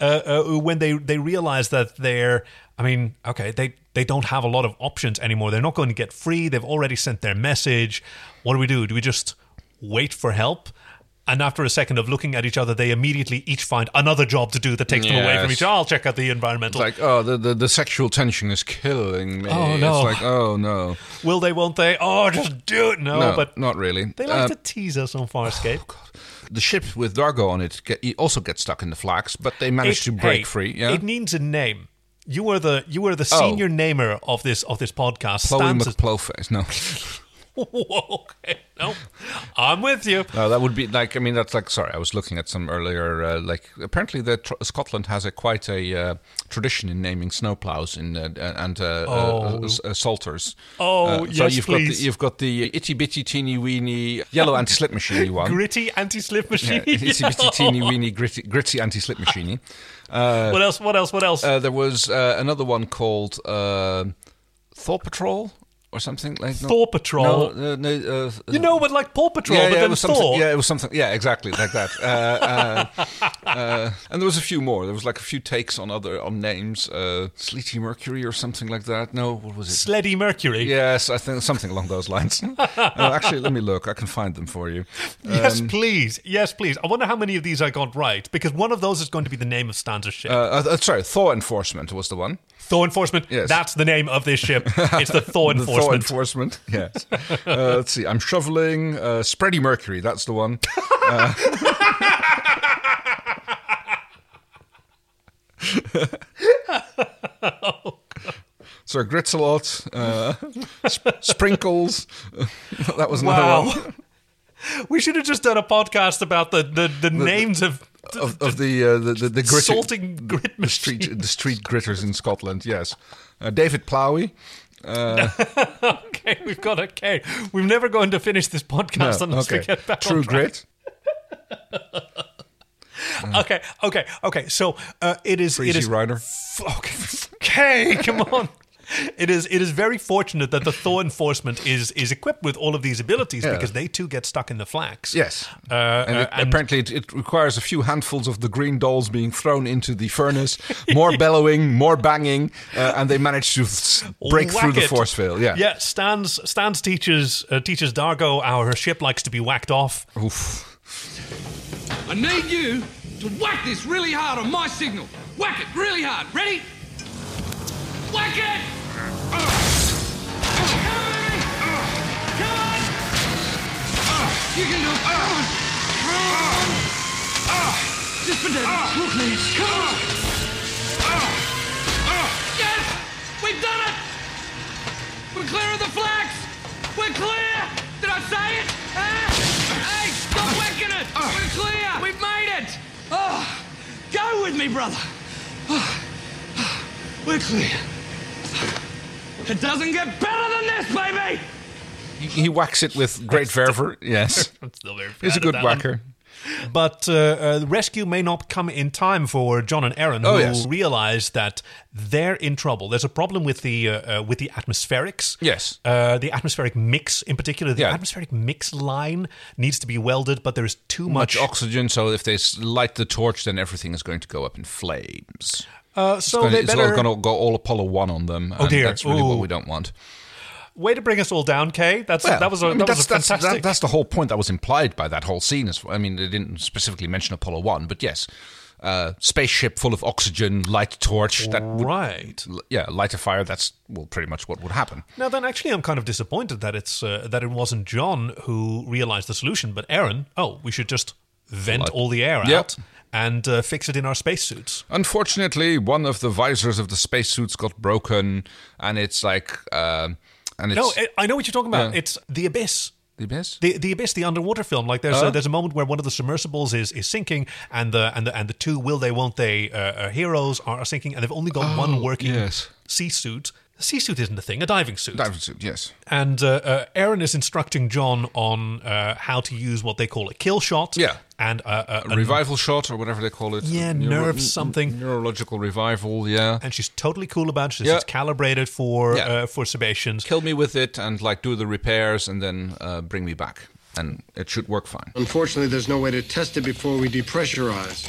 [SPEAKER 2] uh, uh, when they they realize that they're, I mean, okay, they they don't have a lot of options anymore. They're not going to get free. They've already sent their message. What do we do? Do we just wait for help? And after a second of looking at each other, they immediately each find another job to do that takes them away from
[SPEAKER 1] Yes.
[SPEAKER 2] each other. I'll check out the environmental.
[SPEAKER 1] like, oh, the, the, the sexual tension is killing me.
[SPEAKER 2] Oh, no.
[SPEAKER 1] It's like, oh, no.
[SPEAKER 2] Will they? Won't they? Oh, just do it. No,
[SPEAKER 1] No,
[SPEAKER 2] but
[SPEAKER 1] not really.
[SPEAKER 2] They like
[SPEAKER 1] Uh,
[SPEAKER 2] to tease us on Farscape.
[SPEAKER 1] The ship with Dargo on it get, he also gets stuck in the flax, but they manage
[SPEAKER 2] It-
[SPEAKER 1] to break
[SPEAKER 2] hey,
[SPEAKER 1] free. Yeah?
[SPEAKER 2] It needs a name. You were the you were the
[SPEAKER 1] Oh.
[SPEAKER 2] senior namer of this of this podcast.
[SPEAKER 1] Chloe
[SPEAKER 2] Stans is-
[SPEAKER 1] McPlowface. No.
[SPEAKER 2] okay, no, I'm with you.
[SPEAKER 1] no, Uh, that would be like, I mean, that's like, sorry, I was looking at some earlier. Uh, like, apparently, the tr- Scotland has a quite a uh, tradition in naming snowplows in, uh, and uh, uh,
[SPEAKER 2] Oh.
[SPEAKER 1] uh, s- uh, salters.
[SPEAKER 2] Oh,
[SPEAKER 1] uh, so
[SPEAKER 2] yes,
[SPEAKER 1] you've Got
[SPEAKER 2] please.
[SPEAKER 1] the, you've got the itty bitty teeny weeny yellow anti slip machine one.
[SPEAKER 2] Gritty anti-slip
[SPEAKER 1] Yeah,
[SPEAKER 2] machine.
[SPEAKER 1] itty bitty teeny weeny gritty, gritty anti slip machine. Uh,
[SPEAKER 2] What else? What else? What else?
[SPEAKER 1] uh, there was uh, another one called uh, Thor Patrol or something like that.
[SPEAKER 2] Thor Patrol?
[SPEAKER 1] No, uh, no, uh,
[SPEAKER 2] you know, but like Paw Patrol,
[SPEAKER 1] yeah,
[SPEAKER 2] but
[SPEAKER 1] yeah, it
[SPEAKER 2] then
[SPEAKER 1] was
[SPEAKER 2] Thor.
[SPEAKER 1] something. Yeah, it was something. Yeah, exactly like that. Uh, uh, uh, and there was a few more. There was like a few takes on other on names, uh, Sleety Mercury or something like that. No, what was it?
[SPEAKER 2] Sleddy Mercury.
[SPEAKER 1] Yes, I think something along those lines. Uh, actually, let me look. I can find them for you.
[SPEAKER 2] Yes,
[SPEAKER 1] Um,
[SPEAKER 2] please. Yes, please. I wonder how many of these I got right because one of those is going to be the name of Stanza's ship.
[SPEAKER 1] uh, uh, sorry, Thor Enforcement was the one.
[SPEAKER 2] Thor Enforcement.
[SPEAKER 1] yes.
[SPEAKER 2] That's the name of this ship. It's the Thor
[SPEAKER 1] The
[SPEAKER 2] Enforcement.
[SPEAKER 1] Thor Enforcement. Yes. Uh, let's see. I'm shoveling. Uh, Spready Mercury. That's the one. Uh, Sir Gritzelot, uh, Sp- Sprinkles. that was another
[SPEAKER 2] Wow.
[SPEAKER 1] one.
[SPEAKER 2] we should have just done a podcast about the, the, the, names of.
[SPEAKER 1] Of, of the, uh, the the the grit-
[SPEAKER 2] Salting grit
[SPEAKER 1] the street the street gritters in Scotland. Yes, uh, David Plowie. Uh,
[SPEAKER 2] okay, we've got okay. We're never going to finish this podcast
[SPEAKER 1] no,
[SPEAKER 2] unless we
[SPEAKER 1] Uh, okay.
[SPEAKER 2] get back on
[SPEAKER 1] True
[SPEAKER 2] track.
[SPEAKER 1] Grit.
[SPEAKER 2] Okay, okay, okay. So uh, it is. it
[SPEAKER 1] Freezy
[SPEAKER 2] is
[SPEAKER 1] Rider.
[SPEAKER 2] f- okay, okay, come on. It is. It is very fortunate that the Thor enforcement is is equipped with all of these abilities
[SPEAKER 1] Yeah.
[SPEAKER 2] because they too get stuck in the flax.
[SPEAKER 1] Yes.
[SPEAKER 2] Uh,
[SPEAKER 1] and,
[SPEAKER 2] uh,
[SPEAKER 1] it, apparently, it, it requires a few handfuls of the green dolls being thrown into the furnace, more bellowing, more banging, uh, and they manage to s- break
[SPEAKER 2] whack
[SPEAKER 1] through the
[SPEAKER 2] it.
[SPEAKER 1] force field. Yeah.
[SPEAKER 2] yeah. Stan's Stan's teaches uh, teaches Dargo how her ship likes to be whacked off.
[SPEAKER 1] Oof.
[SPEAKER 8] I need you to whack this really hard on my signal. Whack it really hard. Ready? Whack it! You can do it. Come on. Just pretend. Look, please. Come on. Yes! We've done it! We're clear of the flax! We're clear! Did I say it? Huh? Hey, stop whacking it! We're clear! We've made it! Oh, go with me, brother! Oh, we're clear. It doesn't get better than this, baby!
[SPEAKER 1] He, he whacks it with great fervor. Yes.
[SPEAKER 2] I'm still very
[SPEAKER 1] He's
[SPEAKER 2] proud
[SPEAKER 1] a
[SPEAKER 2] of
[SPEAKER 1] good
[SPEAKER 2] that
[SPEAKER 1] whacker.
[SPEAKER 2] one. But uh, uh, the rescue may not come in time for John and Aaron,
[SPEAKER 1] Oh,
[SPEAKER 2] who
[SPEAKER 1] yes.
[SPEAKER 2] realize that they're in trouble. There's a problem with the uh, uh, with the atmospherics.
[SPEAKER 1] Yes.
[SPEAKER 2] uh, the atmospheric mix in particular. The
[SPEAKER 1] Yeah.
[SPEAKER 2] atmospheric mix line needs to be welded, but there is too much.
[SPEAKER 1] Much oxygen, so if they s- light the torch, then everything is going to go up in flames.
[SPEAKER 2] uh,
[SPEAKER 1] It's
[SPEAKER 2] so
[SPEAKER 1] gonna-
[SPEAKER 2] they
[SPEAKER 1] it's
[SPEAKER 2] better Oh,
[SPEAKER 1] all going to go all Apollo 1 on them. and
[SPEAKER 2] dear.
[SPEAKER 1] That's really what
[SPEAKER 2] Ooh.
[SPEAKER 1] we don't want.
[SPEAKER 2] way to bring us all down, Kay. That's
[SPEAKER 1] Well,
[SPEAKER 2] that was a,
[SPEAKER 1] I mean,
[SPEAKER 2] that
[SPEAKER 1] that's,
[SPEAKER 2] was a
[SPEAKER 1] that's- that-
[SPEAKER 2] fantastic.
[SPEAKER 1] that's the whole point that was implied by that whole scene. As I mean, they didn't specifically mention Apollo 1, but yes, uh, spaceship full of oxygen, light torch. That would-
[SPEAKER 2] Right.
[SPEAKER 1] yeah, light a fire. That's well, pretty much what would happen.
[SPEAKER 2] now then, actually, I'm kind of disappointed that it's uh, that it wasn't John who realized the solution, but Aaron. Oh, we should just vent all the air
[SPEAKER 1] Yep.
[SPEAKER 2] out and uh, fix it in our spacesuits.
[SPEAKER 1] Unfortunately, one of the visors of the spacesuits got broken, and it's like, um and it's
[SPEAKER 2] No, I- I know what you're talking about.
[SPEAKER 1] Yeah.
[SPEAKER 2] It's the abyss.
[SPEAKER 1] the abyss.
[SPEAKER 2] The, the abyss, the underwater film. Like there's a,
[SPEAKER 1] Huh?
[SPEAKER 2] there's a moment where one of the submersibles is is sinking, and the and the and the two will they won't they uh, uh, heroes are, are sinking, and they've only got one working
[SPEAKER 1] Oh, yes.
[SPEAKER 2] sea suit. A sea suit isn't a thing, a diving suit.
[SPEAKER 1] Diving suit, yes.
[SPEAKER 2] And uh, uh, Aaron is instructing John on uh, how to use what they call a kill shot.
[SPEAKER 1] Yeah.
[SPEAKER 2] and uh, uh,
[SPEAKER 1] A revival shot, or whatever they call it.
[SPEAKER 2] Yeah, nerve something.
[SPEAKER 1] Neurological revival, yeah.
[SPEAKER 2] And she's totally cool about it. She's
[SPEAKER 1] Yeah.
[SPEAKER 2] it's calibrated for
[SPEAKER 1] Yeah.
[SPEAKER 2] uh, for Sebastian's.
[SPEAKER 1] kill me with it and like do the repairs and then uh, bring me back and it should work fine
[SPEAKER 4] Unfortunately, there's no way to test it before we depressurize.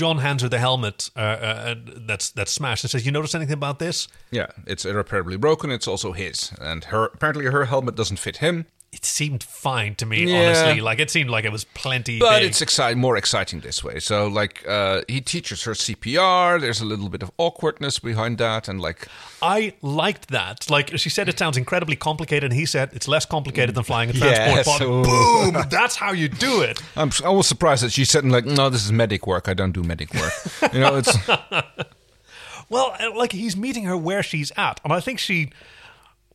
[SPEAKER 2] John hands her the helmet uh, uh, that's that's smashed and says, "You notice anything about this?"
[SPEAKER 1] yeah it's irreparably broken it's also his and her apparently her helmet doesn't fit him
[SPEAKER 2] it seemed fine to me,
[SPEAKER 1] Yeah.
[SPEAKER 2] honestly. Like it seemed like it was plenty.
[SPEAKER 1] but
[SPEAKER 2] big.
[SPEAKER 1] it's exciting more exciting this way so like uh, he teaches her cpr there's a little bit of awkwardness behind that and like
[SPEAKER 2] I liked that. Like she said, it sounds incredibly complicated, and he said it's less complicated than flying a
[SPEAKER 1] Yeah,
[SPEAKER 2] transport pod.
[SPEAKER 1] so-
[SPEAKER 2] Boom! That's how you do it.
[SPEAKER 1] I'm, s- i was surprised that she said like no this is medic work i don't do medic work you know it's
[SPEAKER 2] Well, uh, like he's meeting her where she's at, and I think she.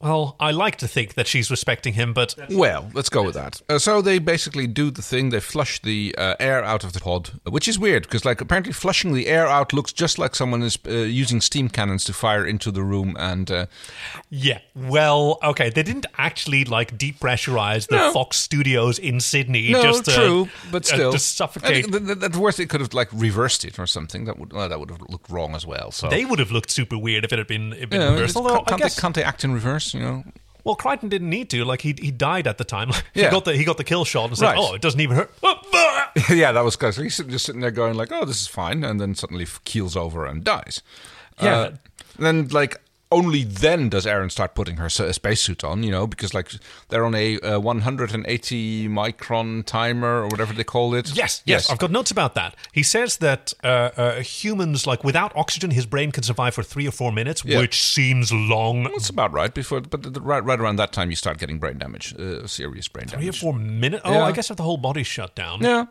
[SPEAKER 2] Well, I like to think that she's respecting him, but
[SPEAKER 1] Well, let's go with that. Uh, so they basically do the thing. They flush the uh, air out of the pod, which is weird because, like, apparently flushing the air out looks just like someone is uh, using steam cannons to fire into the room. And uh,
[SPEAKER 2] yeah. Well, okay, they didn't actually like depressurize the
[SPEAKER 1] No.
[SPEAKER 2] Fox Studios in Sydney.
[SPEAKER 1] no,
[SPEAKER 2] just to,
[SPEAKER 1] true, but
[SPEAKER 2] uh,
[SPEAKER 1] still,
[SPEAKER 2] to suffocate.
[SPEAKER 1] I think that- that- That's worth. It could have like reversed it or something. That would well, that would have looked wrong as well. So
[SPEAKER 2] they would have looked super weird if it had been, it had been
[SPEAKER 1] Yeah, I mean,
[SPEAKER 2] reversed.
[SPEAKER 1] it's-
[SPEAKER 2] Although I
[SPEAKER 1] can't,
[SPEAKER 2] guess
[SPEAKER 1] they, can't they act in reverse? You know,
[SPEAKER 2] Well, Crichton didn't need to. Like he he died at the time. Like, He
[SPEAKER 1] Yeah.
[SPEAKER 2] got the he got the kill shot and said,
[SPEAKER 1] Right.
[SPEAKER 2] "Oh, it doesn't even hurt."
[SPEAKER 1] yeah, that was because he's just sitting there going like, "Oh, this is fine," and then suddenly f- keels over and dies. Uh,
[SPEAKER 2] Yeah.
[SPEAKER 1] then like only then does Aaron start putting her s- uh, spacesuit on, you know, because like they're on a uh, 180 micron timer or whatever they call it.
[SPEAKER 2] Yes, yes, I've got notes about that. He says that uh, uh, humans, like without oxygen, his brain can survive for three or four minutes,
[SPEAKER 1] Yeah.
[SPEAKER 2] which seems long.
[SPEAKER 1] That's about right. Before, but the, the- right, right around that time, you start getting brain damage, uh, serious brain
[SPEAKER 2] Three or
[SPEAKER 1] damage.
[SPEAKER 2] four minutes? Oh,
[SPEAKER 1] Yeah.
[SPEAKER 2] I guess if the whole body's shut down.
[SPEAKER 1] Yeah,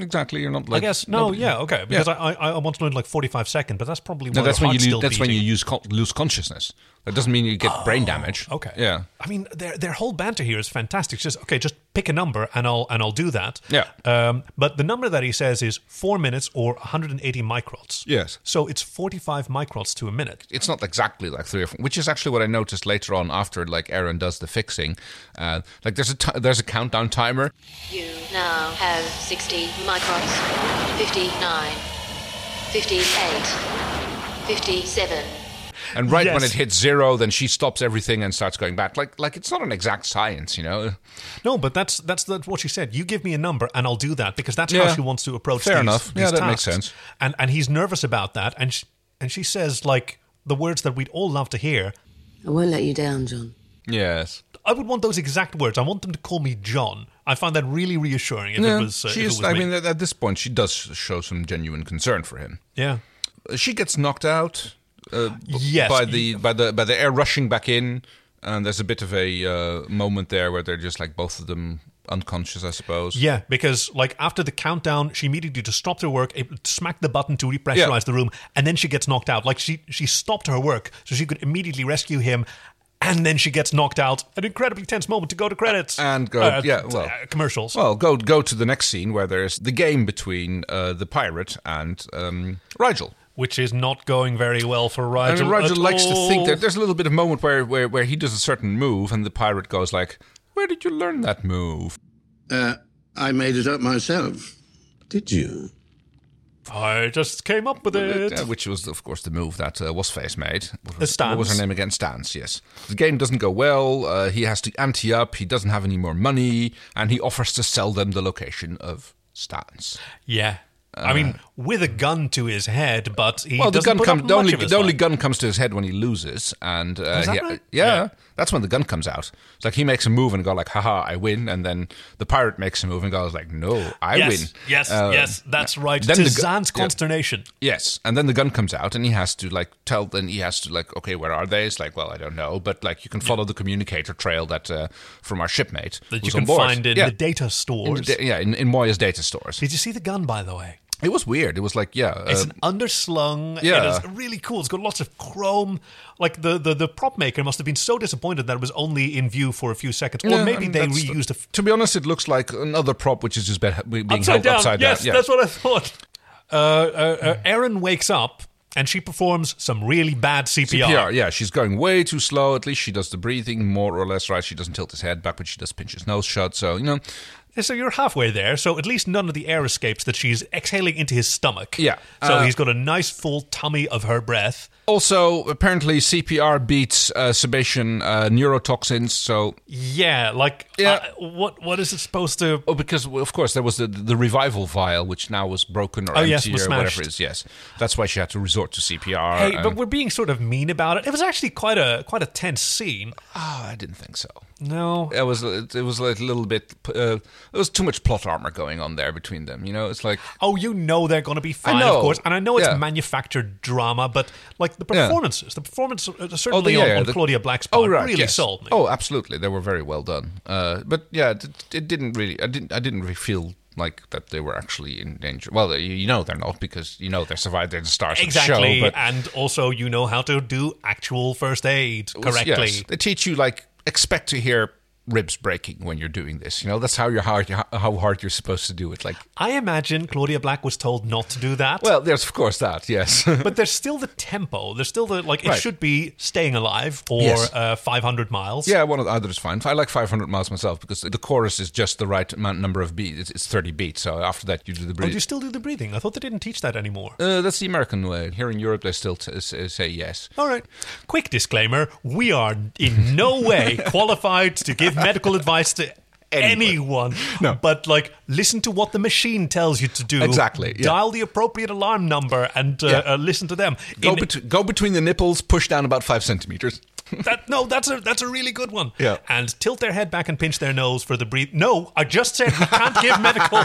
[SPEAKER 1] Exactly. You're not.
[SPEAKER 2] I
[SPEAKER 1] Like,
[SPEAKER 2] guess no,
[SPEAKER 1] nobody-
[SPEAKER 2] yeah, okay. Because I, I I once learned like forty five second, but that's probably
[SPEAKER 1] No,
[SPEAKER 2] why
[SPEAKER 1] that's
[SPEAKER 2] your
[SPEAKER 1] when you
[SPEAKER 2] heart's
[SPEAKER 1] lose,
[SPEAKER 2] still
[SPEAKER 1] that's when you
[SPEAKER 2] beating. Oh,
[SPEAKER 1] use con- lose consciousness. That doesn't mean you get brain damage.
[SPEAKER 2] Okay.
[SPEAKER 1] Yeah.
[SPEAKER 2] I mean, their their whole banter here is fantastic. It's just okay, just pick a number and I'll and I'll do that.
[SPEAKER 1] Yeah.
[SPEAKER 2] Um, but the number that he says is four minutes or 180 microns.
[SPEAKER 1] Yes.
[SPEAKER 2] So it's 45 microns to a minute.
[SPEAKER 1] It's not exactly like three or four, which is actually what I noticed later on after like Aaron does the fixing. Uh, like there's a ti there's a countdown timer.
[SPEAKER 12] You now have 60 microns, 59, 58, 57.
[SPEAKER 1] And right when
[SPEAKER 2] Yes.
[SPEAKER 1] it hits zero, then she stops everything and starts going back. Like like it's not an exact science, you know.
[SPEAKER 2] No, but that's that's that's what she said. You give me a number and I'll do that because that's how
[SPEAKER 1] Yeah.
[SPEAKER 2] she wants to approach.
[SPEAKER 1] Fair
[SPEAKER 2] these,
[SPEAKER 1] enough.
[SPEAKER 2] these
[SPEAKER 1] Yeah, that makes
[SPEAKER 2] tasks.
[SPEAKER 1] sense.
[SPEAKER 2] And and he's nervous about that. And she, and she says like the words that we'd all love to hear.
[SPEAKER 10] I won't let you down, John.
[SPEAKER 1] Yes.
[SPEAKER 2] I would want those exact words. I want them to call me John. I find that really reassuring. If
[SPEAKER 1] Yeah,
[SPEAKER 2] it was, uh,
[SPEAKER 1] she
[SPEAKER 2] if it
[SPEAKER 1] is.
[SPEAKER 2] was
[SPEAKER 1] I
[SPEAKER 2] me.
[SPEAKER 1] mean, at, at this point, she does show some genuine concern for him.
[SPEAKER 2] yeah.
[SPEAKER 1] She gets knocked out. Uh, b-
[SPEAKER 2] Yes.
[SPEAKER 1] By the by the by the air rushing back in, and there's a bit of a uh, moment there where they're just like both of them unconscious, I suppose.
[SPEAKER 2] Yeah, because like after the countdown, she immediately just stopped her work, it- smacked the button to repressurize
[SPEAKER 1] Yeah.
[SPEAKER 2] the room, and then she gets knocked out. Like she she stopped her work so she could immediately rescue him, and then she gets knocked out. An incredibly tense moment to go to credits
[SPEAKER 1] And go,
[SPEAKER 2] Uh,
[SPEAKER 1] yeah,
[SPEAKER 2] t-
[SPEAKER 1] well,
[SPEAKER 2] uh, commercials.
[SPEAKER 1] Well, go go to the next scene where there's the game between uh, the pirate and um, Rigel.
[SPEAKER 2] which is not going very well for Rigel.
[SPEAKER 1] and Rigel
[SPEAKER 2] at
[SPEAKER 1] likes to think
[SPEAKER 2] all.
[SPEAKER 1] that there's a little bit of moment where, where where he does a certain move, and the pirate goes like, "Where did you learn that move?"
[SPEAKER 9] Uh, I made it up myself. Did you?
[SPEAKER 2] I just came up with it.
[SPEAKER 1] Uh, which was, of course, the move that uh, was face made. What
[SPEAKER 2] Uh,
[SPEAKER 1] was, what was her
[SPEAKER 2] Stans.
[SPEAKER 1] name again? Stans. Yes. The game doesn't go well. Uh, he has to ante up. He doesn't have any more money, and he offers to sell them the location of Stans.
[SPEAKER 2] yeah. I mean, with a gun to his head, but he
[SPEAKER 1] Uh. well, the
[SPEAKER 2] doesn't
[SPEAKER 1] gun
[SPEAKER 2] put
[SPEAKER 1] comes.
[SPEAKER 2] up
[SPEAKER 1] The
[SPEAKER 2] much
[SPEAKER 1] only,
[SPEAKER 2] of his
[SPEAKER 1] the only
[SPEAKER 2] fight.
[SPEAKER 1] gun comes to his head when he loses, and uh,
[SPEAKER 2] Is that
[SPEAKER 1] yeah,
[SPEAKER 2] right?
[SPEAKER 1] yeah,
[SPEAKER 2] Yeah.
[SPEAKER 1] that's when the gun comes out. It's like he makes a move and go like, "Haha, I win!" And then the pirate makes a move and goes like, "No, I
[SPEAKER 2] yes,
[SPEAKER 1] win."
[SPEAKER 2] Yes,
[SPEAKER 1] Uh,
[SPEAKER 2] yes, that's right.
[SPEAKER 1] Then
[SPEAKER 2] to
[SPEAKER 1] the gu-
[SPEAKER 2] Zan's
[SPEAKER 1] yeah.
[SPEAKER 2] consternation.
[SPEAKER 1] Yes, and then the gun comes out, and he has to like tell. Then he has to like, okay, where are they? It's like, well, I don't know, but like you can follow the communicator trail that uh, from our shipmate
[SPEAKER 2] that you
[SPEAKER 1] who's
[SPEAKER 2] can
[SPEAKER 1] on board.
[SPEAKER 2] find in
[SPEAKER 1] yeah.
[SPEAKER 2] the data
[SPEAKER 1] In the
[SPEAKER 2] stores.
[SPEAKER 1] da- yeah, in, in Moya's data stores.
[SPEAKER 2] Did you see the gun, by the way?
[SPEAKER 1] It was weird. It was like, yeah, uh,
[SPEAKER 2] It's an underslung.
[SPEAKER 1] yeah.
[SPEAKER 2] It is really cool. It's got lots of chrome. Like the, the, the prop maker must have been so disappointed that it was only in view for a few seconds. Or
[SPEAKER 1] Yeah,
[SPEAKER 2] maybe
[SPEAKER 1] I mean,
[SPEAKER 2] they
[SPEAKER 1] that's the-
[SPEAKER 2] reused a. F-
[SPEAKER 1] to be honest, it looks like another prop which is just be- being held upside
[SPEAKER 2] yes,
[SPEAKER 1] down. Yeah.
[SPEAKER 2] that's what I thought. Uh, uh, uh, Aaron wakes up and she performs some really bad CPR.
[SPEAKER 1] CPR, yeah, she's going way too slow. At least she does the breathing more or less right. She doesn't tilt his head back, but she does pinch his nose shut. So you know,
[SPEAKER 2] Yeah, So you're halfway there. So at least none of the air escapes that she's exhaling into his stomach.
[SPEAKER 1] Yeah.
[SPEAKER 2] So
[SPEAKER 1] Uh,
[SPEAKER 2] he's got a nice full tummy of her breath.
[SPEAKER 1] Also, apparently, CPR beats uh, sedation uh, neurotoxins. So,
[SPEAKER 2] Yeah. Like.
[SPEAKER 1] Yeah.
[SPEAKER 2] uh, what What is it supposed to?
[SPEAKER 1] oh, because of course there was the the revival vial, which now was broken or
[SPEAKER 2] Oh,
[SPEAKER 1] empty
[SPEAKER 2] yes, was
[SPEAKER 1] or whatever
[SPEAKER 2] smashed.
[SPEAKER 1] it is. Yes, that's why she had to resort to CPR.
[SPEAKER 2] Hey, but
[SPEAKER 1] and-
[SPEAKER 2] we're being sort of mean about it. It was actually quite a quite a tense scene.
[SPEAKER 1] Ah, I didn't think so.
[SPEAKER 2] No,
[SPEAKER 1] It was it was like a little bit. Uh, there was too much plot armor going on there between them. You know, it's like
[SPEAKER 2] oh, you know they're going to be fine,
[SPEAKER 1] know.
[SPEAKER 2] of course, and I know it's
[SPEAKER 1] Yeah.
[SPEAKER 2] manufactured drama, but like the
[SPEAKER 1] Yeah. Oh,
[SPEAKER 2] performances, the performance uh, certainly
[SPEAKER 1] the-
[SPEAKER 2] on,
[SPEAKER 1] yeah, yeah,
[SPEAKER 2] on
[SPEAKER 1] the-
[SPEAKER 2] Claudia Black's part
[SPEAKER 1] oh right,
[SPEAKER 2] really
[SPEAKER 1] yes.
[SPEAKER 2] sold me.
[SPEAKER 1] Oh, absolutely, they were very well done. Uh, but yeah, it, it didn't really. I didn't. I didn't really feel like that they were actually in danger. Well, you, you know they're not because you know they survived. They're the stars of the
[SPEAKER 2] exactly,
[SPEAKER 1] show. But
[SPEAKER 2] and also you know how to do actual first aid
[SPEAKER 1] It was-
[SPEAKER 2] correctly.
[SPEAKER 1] yes, they teach you like expect to hear ribs breaking when you're doing this. You know that's how you're hard, how hard you're supposed to do it. Like
[SPEAKER 2] I imagine Claudia Black was told not to do that.
[SPEAKER 1] well, there's of course that. Yes.
[SPEAKER 2] but there's still the tempo. There's still the like. It
[SPEAKER 1] Right.
[SPEAKER 2] should be staying alive or
[SPEAKER 1] Yes.
[SPEAKER 2] uh, 500 miles.
[SPEAKER 1] Yeah, one of the other is fine. I like 500 miles myself because the chorus is just the right amount number of beats. It's, it's 30 beats. So after that, you do the
[SPEAKER 2] Oh, do you
[SPEAKER 1] bridge.
[SPEAKER 2] still do the breathing? I thought they didn't teach that anymore.
[SPEAKER 1] uh, that's the American way. Here in Europe, they still t- s- uh, say yes.
[SPEAKER 2] All right. Quick disclaimer we are in no way qualified to give medical advice to anyone.
[SPEAKER 1] No.
[SPEAKER 2] But, like, listen to what the machine tells you to do.
[SPEAKER 1] Exactly, yeah.
[SPEAKER 2] Dial the appropriate alarm number and uh,
[SPEAKER 1] Yeah.
[SPEAKER 2] uh, listen to them.
[SPEAKER 1] Go,
[SPEAKER 2] In-
[SPEAKER 1] bet- go between the nipples, push down about five centimeters.
[SPEAKER 2] that, no, that's a that's a really good one.
[SPEAKER 1] Yeah.
[SPEAKER 2] And tilt their head back and pinch their nose for the breathe. No, I just said we can't give medical.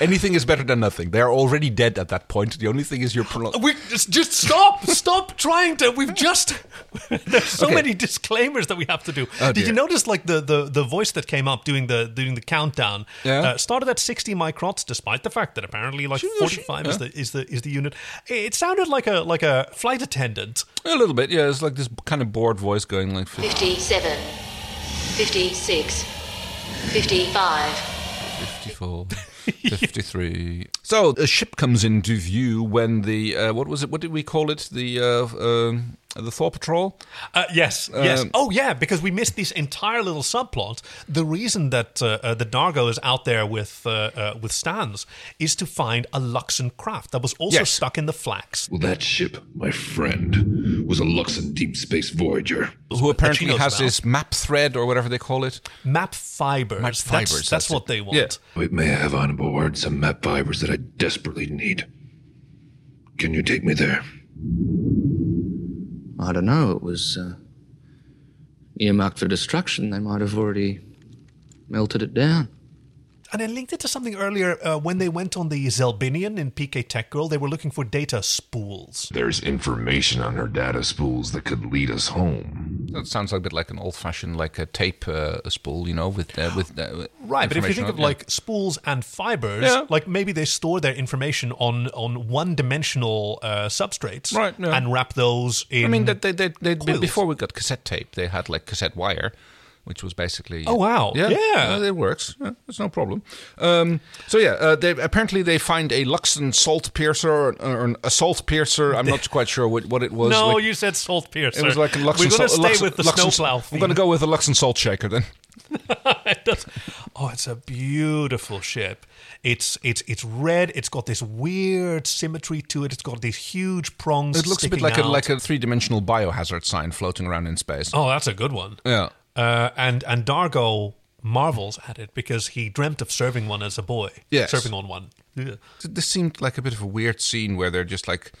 [SPEAKER 1] Anything is better than nothing. They're already dead at that point. The only thing is you're prolonging.
[SPEAKER 2] We just, just stop, stop trying to. We've just there's so many disclaimers that we have to do.
[SPEAKER 1] Oh,
[SPEAKER 2] Did you
[SPEAKER 1] dear.
[SPEAKER 2] notice like the, the the voice that came up doing the doing the countdown
[SPEAKER 1] Yeah.
[SPEAKER 2] uh, started at 60 microns, despite the fact that apparently like 45 is
[SPEAKER 1] yeah.
[SPEAKER 2] the is the is the unit. It sounded like a like a flight attendant.
[SPEAKER 1] A little bit, yeah. It's like this kind of bored voice going like.
[SPEAKER 12] 57, 56, 55.
[SPEAKER 1] 54, 53. So a ship comes into view when the uh, what was it? What did we call it? The uh, um, the Thor Patrol.
[SPEAKER 2] Uh, yes, yes.
[SPEAKER 1] Um,
[SPEAKER 2] Oh, yeah, because we missed this entire little subplot. The reason that uh, uh, the Dargo is out there with uh, uh, with Stans is to find a Luxon craft that was also
[SPEAKER 11] Yes.
[SPEAKER 2] stuck in the flax.
[SPEAKER 11] Well, that ship, my friend, was a Luxon deep space Voyager.
[SPEAKER 1] Who apparently
[SPEAKER 11] knows
[SPEAKER 1] has
[SPEAKER 11] about.
[SPEAKER 1] this map thread or whatever they call it.
[SPEAKER 2] Map fibers.
[SPEAKER 1] Map
[SPEAKER 2] That's-
[SPEAKER 1] fibers.
[SPEAKER 2] that's what they want.
[SPEAKER 11] We may have on board some map fibers that I desperately need. Can you take me there?
[SPEAKER 13] I don't know. It was uh, earmarked for destruction. They might have already melted it down.
[SPEAKER 2] And I linked it to something earlier uh, when they went on the Zelbinian in PK Tech Girl. They were looking for data spools.
[SPEAKER 11] There's information on her data spools that could lead us home.
[SPEAKER 1] That sounds a bit like an old-fashioned like a tape uh, spool, you know, with uh, with uh,
[SPEAKER 2] Right, but if you think
[SPEAKER 1] information
[SPEAKER 2] of
[SPEAKER 1] on- yeah.
[SPEAKER 2] like spools and fibers,
[SPEAKER 1] Yeah.
[SPEAKER 2] like maybe they store their information on on one dimensional uh, substrates,
[SPEAKER 1] Right, yeah.
[SPEAKER 2] and wrap those in.
[SPEAKER 1] I mean, that they, they, they,
[SPEAKER 2] coils.
[SPEAKER 1] before we got cassette tape, they had like cassette wire, which was basically.
[SPEAKER 2] Oh, wow.
[SPEAKER 1] Yeah, Uh,
[SPEAKER 2] Yeah.
[SPEAKER 1] it works. Yeah, it's no problem. Um, so yeah, uh, they apparently they find a Luxon salt piercer or, or an, a salt piercer. I'm not quite sure what, what it was.
[SPEAKER 2] no,
[SPEAKER 1] Like-
[SPEAKER 2] you said salt piercer.
[SPEAKER 1] It was like a Luxon
[SPEAKER 2] We're going to
[SPEAKER 1] salt-
[SPEAKER 2] stay
[SPEAKER 1] Luxon-
[SPEAKER 2] with the
[SPEAKER 1] Luxon-
[SPEAKER 2] snowplow.
[SPEAKER 1] I'm going to
[SPEAKER 2] theme.
[SPEAKER 1] go with a Luxon salt shaker then.
[SPEAKER 2] Oh, it's a beautiful ship. It's it's it's red. It's got this weird symmetry to it. It's got these huge prongs.
[SPEAKER 1] It looks a bit
[SPEAKER 2] sticking
[SPEAKER 1] like a
[SPEAKER 2] out.
[SPEAKER 1] like a three dimensional biohazard sign floating around in space.
[SPEAKER 2] Oh, that's a good one.
[SPEAKER 1] Yeah.
[SPEAKER 2] Uh, and and Dargo marvels at it because he dreamt of serving one as a boy.
[SPEAKER 1] Yes.
[SPEAKER 2] Serving on one. Yeah.
[SPEAKER 1] Th- This seemed like a bit of a weird scene where they're just like,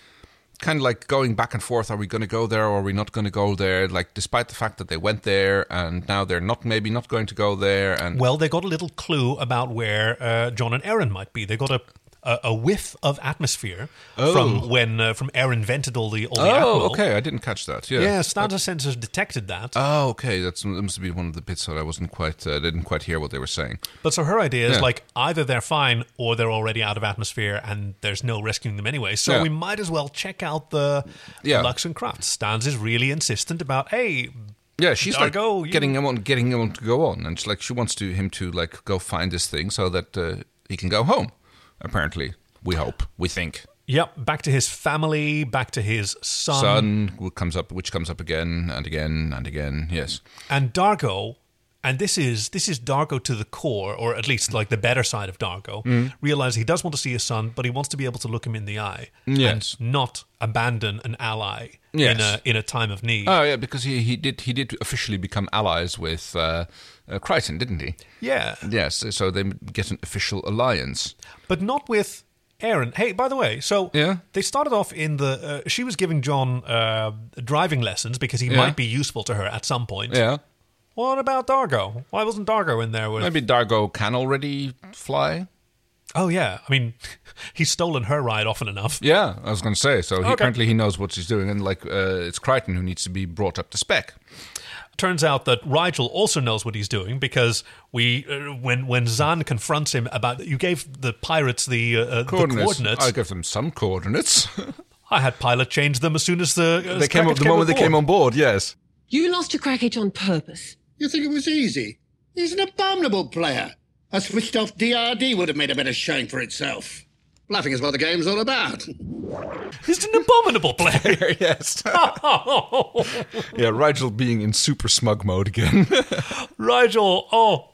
[SPEAKER 1] kind of like going back and forth. Are we going to go there or are we not going to go there? Like, despite the fact that they went there and now they're not maybe not going to go there. And
[SPEAKER 2] Well, they got a little clue about where uh, John and Aaron might be. They got a a, a whiff of atmosphere
[SPEAKER 1] Oh.
[SPEAKER 2] from when uh, from Aaron vented all the all the
[SPEAKER 1] oh,
[SPEAKER 2] Admiral.
[SPEAKER 1] okay, I didn't catch that. Yeah.
[SPEAKER 2] Yeah, Stardust sensors detected that.
[SPEAKER 1] Oh, okay. That's, that must be one of the bits that I wasn't quite uh, didn't quite hear what they were saying.
[SPEAKER 2] But so her idea is
[SPEAKER 1] Yeah.
[SPEAKER 2] like either they're fine or they're already out of atmosphere and there's no rescuing them anyway. So
[SPEAKER 1] Yeah.
[SPEAKER 2] we might as well check out the
[SPEAKER 1] Yeah.
[SPEAKER 2] Lux and Craft. Stans is really insistent about hey,
[SPEAKER 1] Yeah, she's like
[SPEAKER 2] Dargo, you-
[SPEAKER 1] getting him on, getting him on to go on, and she's like she wants to him to like go find this thing so that uh, he can go home. Apparently, we hope, we think.
[SPEAKER 2] yep, back to his family, back to his son,
[SPEAKER 1] Sun who comes up, which comes up again and again and again. Yes,
[SPEAKER 2] and Dargo. And this is this is Dargo to the core, or at least like the better side of Dargo.
[SPEAKER 1] Mm.
[SPEAKER 2] Realize he does want to see his son, but he wants to be able to look him in the eye
[SPEAKER 1] Yes.
[SPEAKER 2] and not abandon an ally in
[SPEAKER 1] Yes.
[SPEAKER 2] a in a time of need.
[SPEAKER 1] Oh yeah, because he, he did he did officially become allies with uh, uh, Crichton, didn't he?
[SPEAKER 2] Yeah.
[SPEAKER 1] Yes. So they get an official alliance.
[SPEAKER 2] but not with Aaron. Hey, by the way, so they started off in the. Uh, she was giving John uh, driving lessons because he
[SPEAKER 1] Yeah.
[SPEAKER 2] might be useful to her at some point.
[SPEAKER 1] Yeah.
[SPEAKER 2] What about Dargo? Why wasn't Dargo in there with?
[SPEAKER 1] Maybe Dargo can already fly.
[SPEAKER 2] Oh yeah, I mean, he's stolen her ride often enough.
[SPEAKER 1] Yeah, I was going to say. So he,
[SPEAKER 2] Okay.
[SPEAKER 1] apparently he knows what he's doing, and like uh, it's Crichton who needs to be brought up to spec.
[SPEAKER 2] Turns out that Rigel also knows what he's doing because we, uh, when when Zan confronts him about you gave the pirates the, uh, uh, the coordinates.
[SPEAKER 1] I give them some coordinates.
[SPEAKER 2] I had pilot change them as soon as the uh,
[SPEAKER 1] they came up
[SPEAKER 2] Crackett
[SPEAKER 1] the moment they came
[SPEAKER 2] aboard.
[SPEAKER 1] on board. Yes.
[SPEAKER 10] You lost to Crackage on purpose.
[SPEAKER 9] You think it was easy? He's an abominable player. A switched off DRD would have made a better showing for itself. Bluffing is what the game's all about.
[SPEAKER 2] He's an abominable player.
[SPEAKER 1] yes. Yeah, Rigel being in super smug mode again.
[SPEAKER 2] Rigel, oh,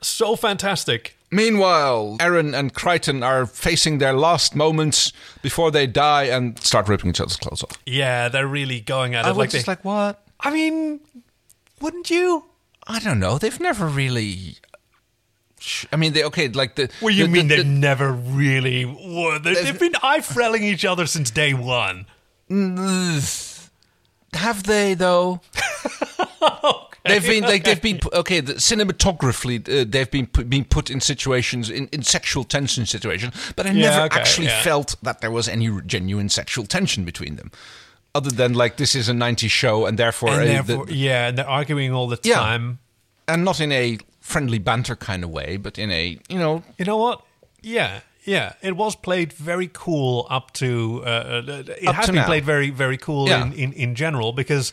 [SPEAKER 2] so fantastic.
[SPEAKER 1] Meanwhile, Aaron and Crichton are facing their last moments before they die and start ripping each other's clothes off.
[SPEAKER 2] Yeah, they're really going at it.
[SPEAKER 1] I
[SPEAKER 2] like
[SPEAKER 1] was just
[SPEAKER 2] they-
[SPEAKER 1] like, what?
[SPEAKER 2] I mean, wouldn't you?
[SPEAKER 1] I don't know. They've never really. I mean, they okay, like the.
[SPEAKER 2] Well, you
[SPEAKER 1] the-
[SPEAKER 2] mean
[SPEAKER 1] the-
[SPEAKER 2] they've never really were. They, they've been eye frelling each other since day one.
[SPEAKER 1] Have they though? They've been like they've been pu- okay. The, cinematographically, uh, they've been pu- being put in situations in, in sexual tension situations, but I
[SPEAKER 2] Yeah,
[SPEAKER 1] never
[SPEAKER 2] okay,
[SPEAKER 1] actually
[SPEAKER 2] yeah.
[SPEAKER 1] felt that there was any r- genuine sexual tension between them, other than like this is a '90s show and therefore,
[SPEAKER 2] and
[SPEAKER 1] uh, the-
[SPEAKER 2] therefore, yeah, and they're arguing all the
[SPEAKER 1] Yeah.
[SPEAKER 2] time.
[SPEAKER 1] and not in a friendly banter kind of way, but in a you know
[SPEAKER 2] You know what? Yeah, yeah. It was played very cool up to. Uh, it
[SPEAKER 1] Up
[SPEAKER 2] has
[SPEAKER 1] to
[SPEAKER 2] been
[SPEAKER 1] now.
[SPEAKER 2] played very, very cool
[SPEAKER 1] Yeah.
[SPEAKER 2] in, in, in general because,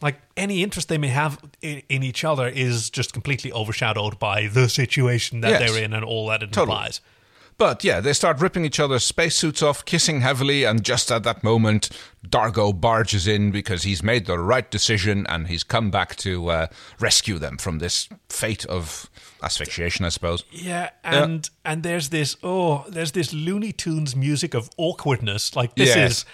[SPEAKER 2] like, any interest they may have in, in each other is just completely overshadowed by the situation that
[SPEAKER 1] Yes.
[SPEAKER 2] they're in and all that it
[SPEAKER 1] Totally.
[SPEAKER 2] implies.
[SPEAKER 1] But yeah, they start ripping each other's spacesuits off, kissing heavily, and just at that moment, Dargo barges in because he's made the right decision and he's come back to uh, rescue them from this fate of asphyxiation, I suppose.
[SPEAKER 2] Yeah,
[SPEAKER 1] Uh,
[SPEAKER 2] and and there's this oh, there's this Looney Tunes music of awkwardness. Like this
[SPEAKER 1] Yes.
[SPEAKER 2] is,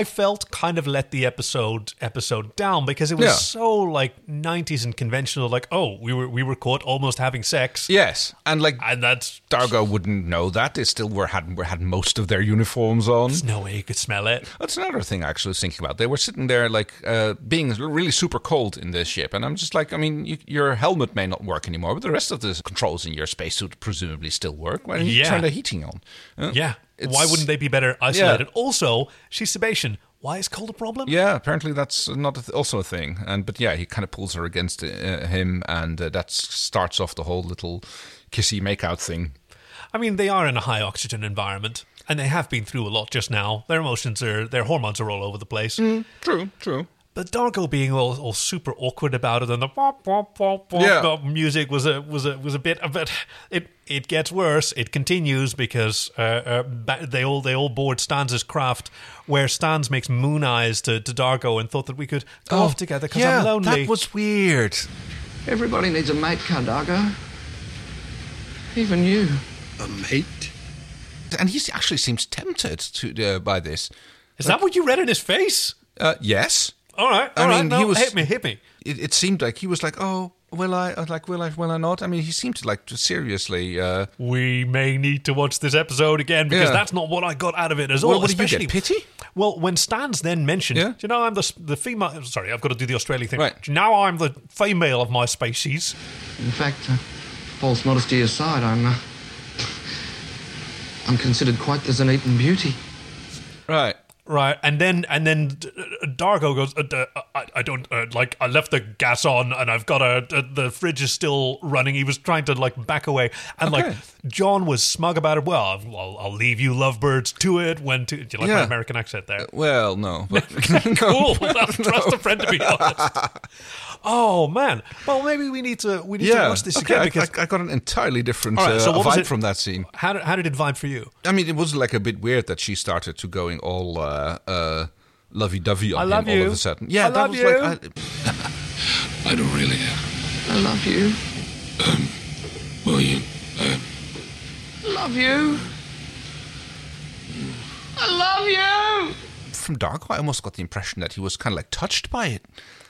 [SPEAKER 2] I felt kind of let the episode episode down because it was
[SPEAKER 1] Yeah.
[SPEAKER 2] so like '90s and conventional. Like oh, we were we were caught almost having sex.
[SPEAKER 1] Yes, and like
[SPEAKER 2] and that's
[SPEAKER 1] Dargo wouldn't know that. They still were had were had most of their uniforms on.
[SPEAKER 2] There's no way you could smell it.
[SPEAKER 1] That's another thing I actually was thinking about. They were sitting there like uh, being really super cold in this ship, and I'm just like, I mean, you, your helmet may not work anymore, but the rest of the controls in your spacesuit presumably still work. Why don't you
[SPEAKER 2] Yeah.
[SPEAKER 1] turn the heating on? Uh,
[SPEAKER 2] Yeah,
[SPEAKER 1] it's-
[SPEAKER 2] why wouldn't they be better isolated? Also, she's Sebastian. Why is cold a problem?
[SPEAKER 1] Yeah, apparently that's not a th- also a thing. And but yeah, he kind of pulls her against uh, him, and uh, that s- starts off the whole little kissy makeout thing.
[SPEAKER 2] I mean, they are in a high oxygen environment, and they have been through a lot just now. Their emotions are, their hormones are all over the place.
[SPEAKER 1] Mm. True, true.
[SPEAKER 2] But Dargo being all, all super awkward about it, and the pop pop pop pop
[SPEAKER 1] Yeah.
[SPEAKER 2] pop music was a was a was a bit. But it it gets worse. It continues because uh, uh, ba- they all they all board Stan's craft, where Stans makes moon eyes to, to Dargo and thought that we could go off together because I'm lonely.
[SPEAKER 1] Oh, That was weird.
[SPEAKER 13] Everybody needs a mate, Cardago. Even you.
[SPEAKER 1] A mate, and he actually seems tempted to uh, by this.
[SPEAKER 2] Is that what you read in his face?
[SPEAKER 1] Uh, yes.
[SPEAKER 2] All right, all right, no, hit me, hit me.
[SPEAKER 1] It, it seemed like he was like, oh, will I? I was Like, will I? Will I not? I mean, he seemed to like to seriously. Uh,
[SPEAKER 2] we may need to watch this episode again because
[SPEAKER 1] Yeah.
[SPEAKER 2] that's not what I got out of it as
[SPEAKER 1] Well,
[SPEAKER 2] all.
[SPEAKER 1] what did you get,
[SPEAKER 2] especially- Well, when Stan's then mentioned, do you know, I'm the the female. Sorry, I've got to do the Australian thing.
[SPEAKER 13] Right.
[SPEAKER 2] Do you know I'm the female of my species.
[SPEAKER 13] In fact, uh, false modesty aside, I'm. Uh, I'm considered quite the Zanetan beauty.
[SPEAKER 1] Right.
[SPEAKER 2] Right, and then and then uh, Dargo goes. Uh, d- uh, I, I don't uh, like. I left the gas on, and I've got a. Uh, the fridge is still running. He was trying to like back away, and like
[SPEAKER 1] Okay.
[SPEAKER 2] John was smug about it. Well, I'll, I'll, I'll leave you lovebirds to it when to. Do you like my
[SPEAKER 1] Yeah.
[SPEAKER 2] American accent there?
[SPEAKER 1] well, no. But
[SPEAKER 2] cool. Well, trust a friend to be honest. Oh man. Well, maybe we need to we need to
[SPEAKER 1] yeah.
[SPEAKER 2] watch this
[SPEAKER 1] okay,
[SPEAKER 2] again
[SPEAKER 1] I-
[SPEAKER 2] because
[SPEAKER 1] I, I got an entirely different
[SPEAKER 2] All right,
[SPEAKER 1] uh,
[SPEAKER 2] so what was
[SPEAKER 1] vibe
[SPEAKER 2] it-
[SPEAKER 1] from that scene.
[SPEAKER 2] how did, how did it vibe for you?
[SPEAKER 1] I mean, it was like a bit weird that she started to going all uh, uh, lovey-dovey on
[SPEAKER 2] I
[SPEAKER 1] him
[SPEAKER 2] love
[SPEAKER 1] all
[SPEAKER 2] you.
[SPEAKER 1] of a sudden. Yeah,
[SPEAKER 2] I
[SPEAKER 1] that
[SPEAKER 2] love
[SPEAKER 1] was
[SPEAKER 2] you.
[SPEAKER 1] like. I, I don't really.
[SPEAKER 11] uh,
[SPEAKER 13] I love you.
[SPEAKER 11] um, Well, you.
[SPEAKER 13] Love you.
[SPEAKER 8] I love you!
[SPEAKER 1] From Darko, I almost got the impression that he was kind of like touched by it.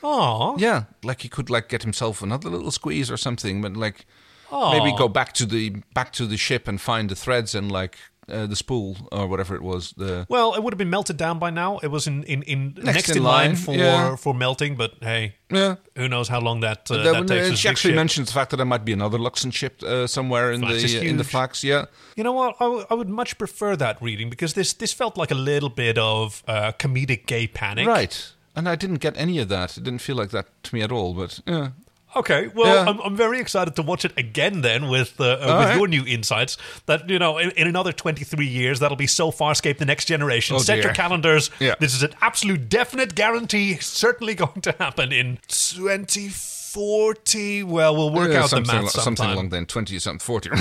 [SPEAKER 2] Oh.
[SPEAKER 1] Yeah, like he could like get himself another little squeeze or something, but like
[SPEAKER 2] Aw.
[SPEAKER 1] maybe go back to the back to the ship and find the threads and like uh, the spool or whatever it was. The
[SPEAKER 2] Well, it would have been melted down by now. It was in in, in next, in,
[SPEAKER 1] in
[SPEAKER 2] line,
[SPEAKER 1] line,
[SPEAKER 2] for
[SPEAKER 1] yeah.
[SPEAKER 2] for melting, but hey,
[SPEAKER 1] Yeah.
[SPEAKER 2] who knows how long that uh,
[SPEAKER 1] There-
[SPEAKER 2] that takes?
[SPEAKER 1] uh,
[SPEAKER 2] us
[SPEAKER 1] she
[SPEAKER 2] to
[SPEAKER 1] actually
[SPEAKER 2] ship.
[SPEAKER 1] mentions the fact that there might be another Luxon ship uh, somewhere in
[SPEAKER 2] Flax is
[SPEAKER 1] the in the
[SPEAKER 2] huge.
[SPEAKER 1] flax. Yeah,
[SPEAKER 2] You know what? I, w- I would much prefer that reading because this this felt like a little bit of uh, comedic gay panic.
[SPEAKER 1] right. And I didn't get any of that. It didn't feel like that to me at all. But uh, yeah.
[SPEAKER 2] Okay, well,
[SPEAKER 1] Yeah.
[SPEAKER 2] I'm, I'm very excited to watch it again then with uh, uh,
[SPEAKER 1] All
[SPEAKER 2] with
[SPEAKER 1] right.
[SPEAKER 2] your new insights. That you know, in, in another 23 years, that'll be so Farscape: The Next Generation.
[SPEAKER 1] Oh,
[SPEAKER 2] Set your
[SPEAKER 1] dear.
[SPEAKER 2] calendars.
[SPEAKER 1] Yeah.
[SPEAKER 2] This is an absolute definite guarantee. Certainly going to happen in 2040. Well, we'll work
[SPEAKER 1] Yeah,
[SPEAKER 2] out the
[SPEAKER 1] something,
[SPEAKER 2] math
[SPEAKER 1] al-
[SPEAKER 2] sometime.
[SPEAKER 1] something along then 20 something 40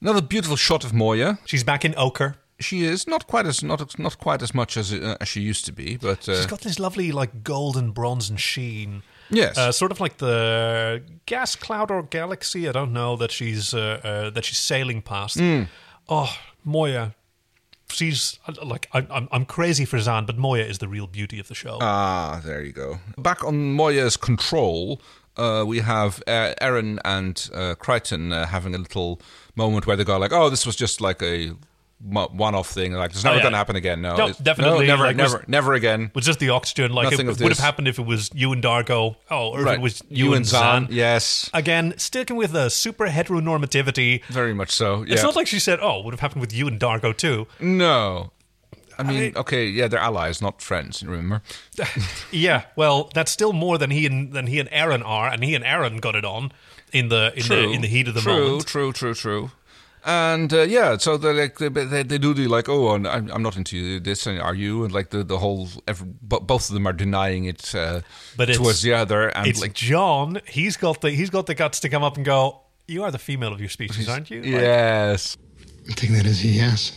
[SPEAKER 1] another beautiful shot of moya
[SPEAKER 2] she's back in ochre
[SPEAKER 1] she is not quite as not not quite as much as, uh, as she used to be but uh,
[SPEAKER 2] She's got this lovely like gold and bronze and sheen.
[SPEAKER 1] Yes.
[SPEAKER 2] uh, sort of like the gas cloud or galaxy. I don't know that she's uh, uh, that she's sailing past.
[SPEAKER 1] Mm.
[SPEAKER 2] Oh, Moya, she's like I, I'm I'm crazy for Zan, but Moya is the real beauty of the show.
[SPEAKER 1] ah there you go back on moya's control uh, we have uh, Aaron and uh, Crichton uh, having a little moment where they go like, "Oh, this was just like a mo- one-off thing. Like it's never
[SPEAKER 2] Oh, yeah.
[SPEAKER 1] going to happen again. No,
[SPEAKER 2] No,
[SPEAKER 1] It's-
[SPEAKER 2] definitely,
[SPEAKER 1] never,
[SPEAKER 2] like,
[SPEAKER 1] never,
[SPEAKER 2] was-
[SPEAKER 1] never again.
[SPEAKER 2] was just the oxygen. Like
[SPEAKER 1] Nothing
[SPEAKER 2] it
[SPEAKER 1] of
[SPEAKER 2] would have
[SPEAKER 1] this.
[SPEAKER 2] happened if it was you and Dargo. Oh, or if
[SPEAKER 1] Right.
[SPEAKER 2] it was you, and Zan.
[SPEAKER 1] Yes,
[SPEAKER 2] Again, sticking with the super heteronormativity.
[SPEAKER 1] very much so. Yeah.
[SPEAKER 2] It's not like she said, "Oh, would have happened with you and Dargo too."
[SPEAKER 1] no. I mean, okay, yeah, they're allies, not friends. Remember?
[SPEAKER 2] Yeah, well, that's still more than he and than he and Aaron are, and he and Aaron got it on in the in the in the heat of the
[SPEAKER 1] true,
[SPEAKER 2] moment.
[SPEAKER 1] True, true, true. And uh, yeah, so they like they, they, they do the like oh and I'm, I'm not into this and are you and like the the whole every, bo- both of them are denying it uh,
[SPEAKER 2] But it's,
[SPEAKER 1] towards the other and
[SPEAKER 2] it's
[SPEAKER 1] like
[SPEAKER 2] John. He's got the he's got the guts to come up and go. You are the female of your species, aren't you? Like,
[SPEAKER 1] yes
[SPEAKER 4] I think that is a yes.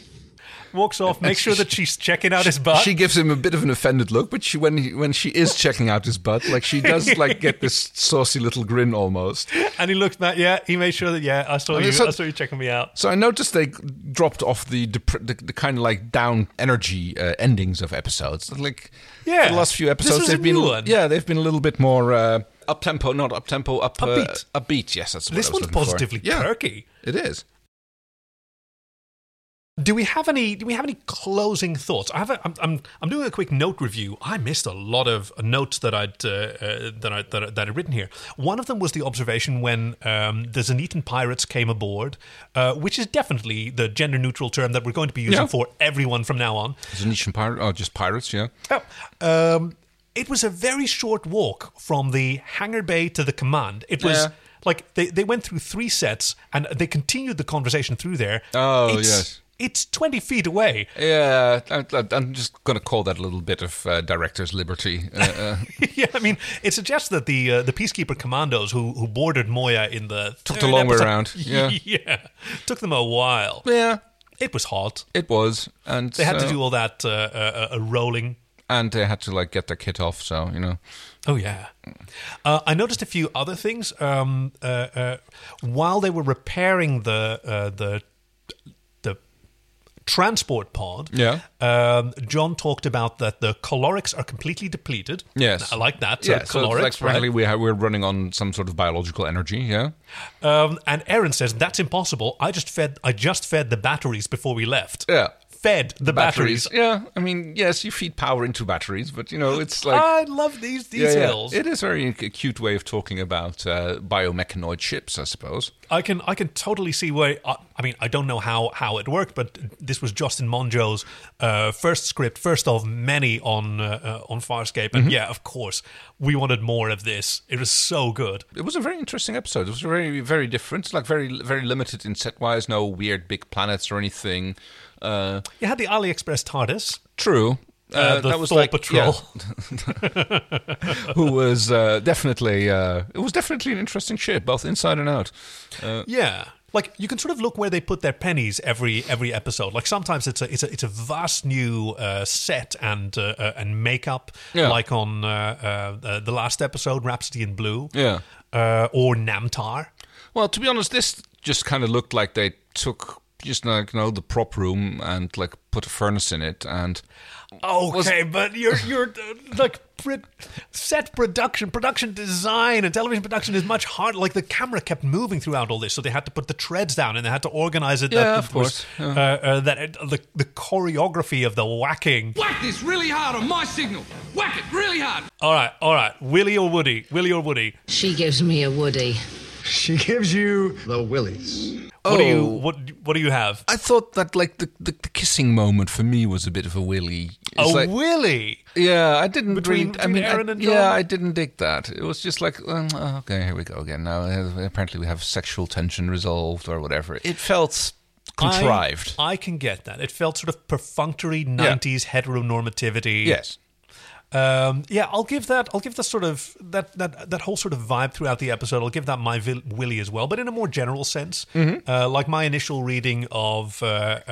[SPEAKER 2] walks off. Makes sure that she's checking out his butt.
[SPEAKER 1] She gives him a bit of an offended look, but she when he, when she is checking out his butt, like she does like get this saucy little grin almost.
[SPEAKER 2] and he looked at yeah. He made sure that yeah. I saw
[SPEAKER 1] And
[SPEAKER 2] you.
[SPEAKER 1] it's not-
[SPEAKER 2] I saw you checking me out.
[SPEAKER 1] So I noticed they dropped off the dep- the, the kind of like down energy uh, endings of episodes. Like
[SPEAKER 2] Yeah.
[SPEAKER 1] for the last few
[SPEAKER 2] This
[SPEAKER 1] episodes
[SPEAKER 2] was a
[SPEAKER 1] they've been
[SPEAKER 2] new one.
[SPEAKER 1] yeah they've been a little bit more uh, up tempo, not up tempo, up uh,
[SPEAKER 2] Upbeat.
[SPEAKER 1] upbeat. Yes, that's what I
[SPEAKER 2] This
[SPEAKER 1] was
[SPEAKER 2] one's
[SPEAKER 1] looking for.
[SPEAKER 2] positively
[SPEAKER 1] Yeah,
[SPEAKER 2] perky.
[SPEAKER 1] it is.
[SPEAKER 2] Do we have any? Do we have any closing thoughts? I have. A, I'm, I'm. I'm doing a quick note review. I missed a lot of notes that I'd uh, uh, that I that, I- that I'd written here. One of them was the observation when um, the Zanetan pirates came aboard, uh, which is definitely the gender neutral term that we're going to be using
[SPEAKER 1] Yeah.
[SPEAKER 2] for everyone from now on.
[SPEAKER 1] Zenician pirate, oh, just pirates. Yeah,
[SPEAKER 2] Yep. Um, it was a very short walk from the hangar bay to the command. It was
[SPEAKER 1] Yeah.
[SPEAKER 2] like they, they went through three sets and they continued the conversation through there.
[SPEAKER 1] Oh,
[SPEAKER 2] it's,
[SPEAKER 1] yes.
[SPEAKER 2] It's 20 feet away.
[SPEAKER 1] yeah. I, I, I'm just going to call that a little bit of uh, director's liberty. Uh, uh,
[SPEAKER 2] yeah, I mean, it suggests that the uh, the peacekeeper commandos who who boarded Moya in the
[SPEAKER 1] Took the
[SPEAKER 2] third
[SPEAKER 1] long way
[SPEAKER 2] episode-
[SPEAKER 1] around, yeah.
[SPEAKER 2] yeah, took them a while.
[SPEAKER 1] yeah,
[SPEAKER 2] It was hot.
[SPEAKER 1] it was, and
[SPEAKER 2] They had
[SPEAKER 1] so-
[SPEAKER 2] to do all that uh, uh, uh, rolling.
[SPEAKER 1] and they had to like get their kit off. So you know,
[SPEAKER 2] Oh yeah. Uh, I noticed a few other things. Um, uh, uh, while they were repairing the uh, the the transport pod,
[SPEAKER 1] Yeah.
[SPEAKER 2] um, John talked about that the calorics are completely depleted.
[SPEAKER 1] yes,
[SPEAKER 2] I like that. So
[SPEAKER 1] yeah,
[SPEAKER 2] calorics,
[SPEAKER 1] so it's like
[SPEAKER 2] right?
[SPEAKER 1] frankly, we ha- we're running on some sort of biological energy. Yeah,
[SPEAKER 2] Um, and Aaron says that's impossible. I just fed. I just fed the batteries before we left.
[SPEAKER 1] yeah.
[SPEAKER 2] Fed the batteries.
[SPEAKER 1] Yeah, I mean, yes, you feed power into batteries, but you know, it's like
[SPEAKER 2] I love these
[SPEAKER 1] Yeah, yeah.
[SPEAKER 2] Ah, details.
[SPEAKER 1] It is very a cute way of talking about uh, biomechanoid ships, I suppose.
[SPEAKER 2] I can. I can totally see why. I, I mean, I don't know how how it worked, but this was Justin Monjo's uh, first script, first of many on uh, uh, on Farscape,
[SPEAKER 1] Mm-hmm.
[SPEAKER 2] and yeah, of course, we wanted more of this. It was so good.
[SPEAKER 1] It was a very interesting episode. It was very, very different. Like very, very limited in set wise. No weird big planets or anything. Uh,
[SPEAKER 2] You had the AliExpress TARDIS.
[SPEAKER 1] True. Uh,
[SPEAKER 2] the
[SPEAKER 1] that was
[SPEAKER 2] Thor
[SPEAKER 1] like
[SPEAKER 2] Patrol.
[SPEAKER 1] yeah. who was uh, definitely uh, it was definitely an interesting ship, both inside and out.
[SPEAKER 2] Yeah. Like you can sort of look where they put their pennies every every episode. Like sometimes it's a it's a it's a vast new uh, set and uh, uh, and makeup.
[SPEAKER 1] Yeah.
[SPEAKER 2] Like on uh, uh, uh, the last episode, Rhapsody in Blue.
[SPEAKER 1] Yeah.
[SPEAKER 2] Uh, or Namtar.
[SPEAKER 1] Well, to be honest, this just kind of looked like they took just like you know the prop room and like put a furnace in it and Oh,
[SPEAKER 2] Okay, but you're you're uh, like pr- set production, production design, and television production is much harder. Like the camera kept moving throughout all this, so they had to put the treads down and they had to organize it.
[SPEAKER 1] Yeah,
[SPEAKER 2] that,
[SPEAKER 1] of
[SPEAKER 2] it was,
[SPEAKER 1] course,
[SPEAKER 2] Uh, uh, that it, the the choreography of the whacking.
[SPEAKER 8] Whack this really hard on my signal. Whack it really hard.
[SPEAKER 2] All right, all right, Willie or Woody, Willie or Woody.
[SPEAKER 5] She gives me a Woody.
[SPEAKER 4] She gives you the willies.
[SPEAKER 2] What do you
[SPEAKER 1] Oh.
[SPEAKER 2] what What do you have?
[SPEAKER 1] I thought that like the, the, the kissing moment for me was a bit of a willy.
[SPEAKER 2] A
[SPEAKER 1] It's like-
[SPEAKER 2] Willie.
[SPEAKER 1] yeah, I didn't
[SPEAKER 2] Oh. Between-
[SPEAKER 1] really, I
[SPEAKER 2] between
[SPEAKER 1] mean, I-
[SPEAKER 2] Aaron and
[SPEAKER 1] yeah,
[SPEAKER 2] John?
[SPEAKER 1] I didn't dig that. It was just like, um, oh, okay, here we go again. Now uh, apparently we have sexual tension resolved or whatever. It felt contrived.
[SPEAKER 2] I, I can get that. It felt sort of perfunctory '90s heteronormativity.
[SPEAKER 1] yes.
[SPEAKER 2] Um, yeah, I'll give that. I'll give the sort of that that that whole sort of vibe throughout the episode. I'll give that my vil- Willy as well, but in a more general sense. Uh, like my initial reading of uh, uh,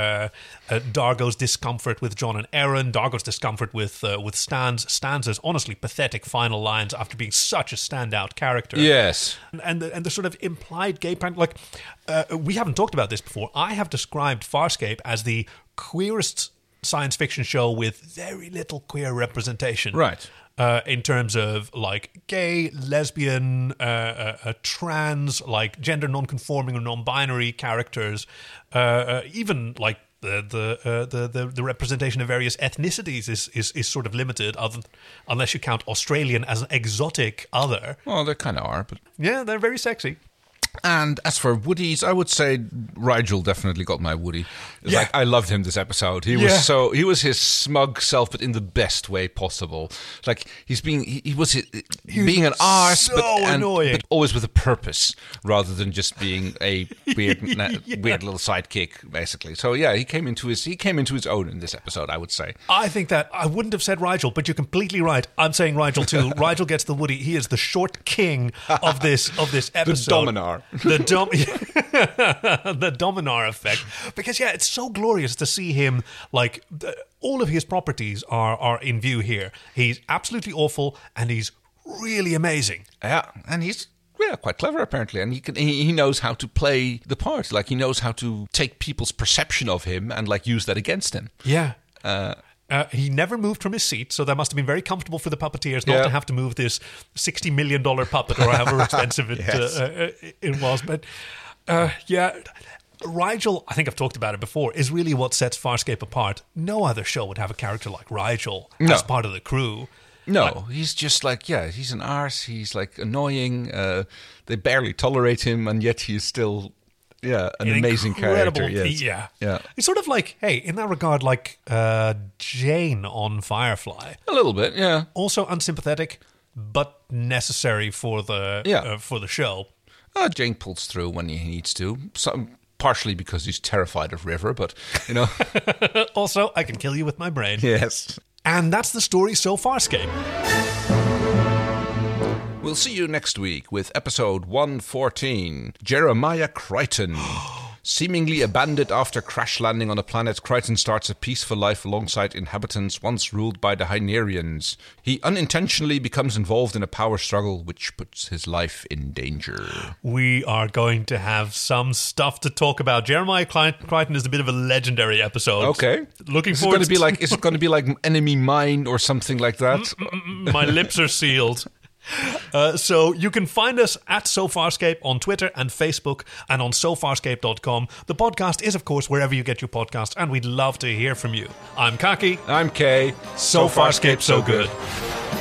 [SPEAKER 2] uh, Dargo's discomfort with John and Aaron, Dargo's discomfort with uh, with Stans, Stans's honestly pathetic final lines after being such a standout character.
[SPEAKER 1] Yes.
[SPEAKER 2] And- and the, and the sort of implied gay pan like uh, we haven't talked about this before. I have described Farscape as the queerest science fiction show with very little queer representation,
[SPEAKER 1] Right.
[SPEAKER 2] Uh, in terms of like gay, lesbian, uh, uh, uh, trans, like gender non-conforming or non-binary characters, uh, uh, even like the the, uh, the the the representation of various ethnicities is is, is sort of limited, other, unless you count Australian as an exotic other.
[SPEAKER 1] Well, they kind of are, but
[SPEAKER 2] yeah, they're very sexy.
[SPEAKER 1] And as for Woodies, I would say Rigel definitely got my Woody. It's Like I loved him this episode. He
[SPEAKER 2] Yeah.
[SPEAKER 1] was so he was his smug self, but in the best way possible. Like he's being he, he was
[SPEAKER 2] He
[SPEAKER 1] being an
[SPEAKER 2] was
[SPEAKER 1] arse,
[SPEAKER 2] so
[SPEAKER 1] but, and-
[SPEAKER 2] annoying.
[SPEAKER 1] but always with a purpose, rather than just being a weird na- weird little sidekick, basically. So yeah, he came into his he came into his own in this episode. I would say.
[SPEAKER 2] I think that I wouldn't have said Rigel, but you're completely right. I'm saying Rigel too. Rigel gets the Woody. He is the short king of this of this episode.
[SPEAKER 1] dominar.
[SPEAKER 2] The dom the dominar effect. Because yeah, it's so glorious to see him like th- all of his properties are are in view here. He's absolutely awful and he's really amazing.
[SPEAKER 1] Yeah, and he's yeah quite clever apparently, and he can he, he knows how to play the part. Like he knows how to take people's perception of him and like use that against him.
[SPEAKER 2] Yeah.
[SPEAKER 1] Uh,
[SPEAKER 2] Uh, he never moved from his seat, so that must have been very comfortable for the puppeteers not
[SPEAKER 1] Yeah.
[SPEAKER 2] to have to move this sixty million dollar puppet or however expensive it,
[SPEAKER 1] Yes.
[SPEAKER 2] uh, uh, it was. But uh, yeah, Rigel, I think I've talked about it before, is really what sets Farscape apart. No other show would have a character like Rigel
[SPEAKER 1] No.
[SPEAKER 2] as part of the crew.
[SPEAKER 1] no, he's just like yeah, he's an arse. He's like annoying. Uh, they barely tolerate him, and yet he's still yeah an, amazing
[SPEAKER 2] incredible
[SPEAKER 1] character. Yes.
[SPEAKER 2] pe- yeah.
[SPEAKER 1] yeah,
[SPEAKER 2] It's sort of like, hey, in that regard, like uh, Jane on Firefly.
[SPEAKER 1] a little bit. Yeah,
[SPEAKER 2] Also unsympathetic, but necessary for the
[SPEAKER 1] Yeah.
[SPEAKER 2] uh, for the show.
[SPEAKER 1] uh, Jane pulls through when he needs to. Some. Partially because he's terrified of River, but you know,
[SPEAKER 2] also, I can kill you with my brain.
[SPEAKER 1] yes.
[SPEAKER 2] And that's the story so far, Scape.
[SPEAKER 1] We'll see you next week with episode 114 Jeremiah Crichton. Seemingly abandoned after crash landing on a planet, Crichton starts a peaceful life alongside inhabitants once ruled by the Hynerians. He unintentionally becomes involved in a power struggle which puts his life in danger.
[SPEAKER 2] We are going to have some stuff to talk about. Jeremiah Cly- Crichton is a bit of a legendary episode.
[SPEAKER 1] Okay.
[SPEAKER 2] Looking
[SPEAKER 1] is it
[SPEAKER 2] forward
[SPEAKER 1] going to be like is it going to be like enemy mine or something like that?
[SPEAKER 2] my lips are sealed. Uh, so you can find us at SoFarscape on Twitter and Facebook and on SoFarscape.com. The podcast is, of course, wherever you get your podcast, and we'd love to hear from you. I'm Kaki.
[SPEAKER 1] I'm Kay.
[SPEAKER 2] So, Farscape, so good.
[SPEAKER 1] good.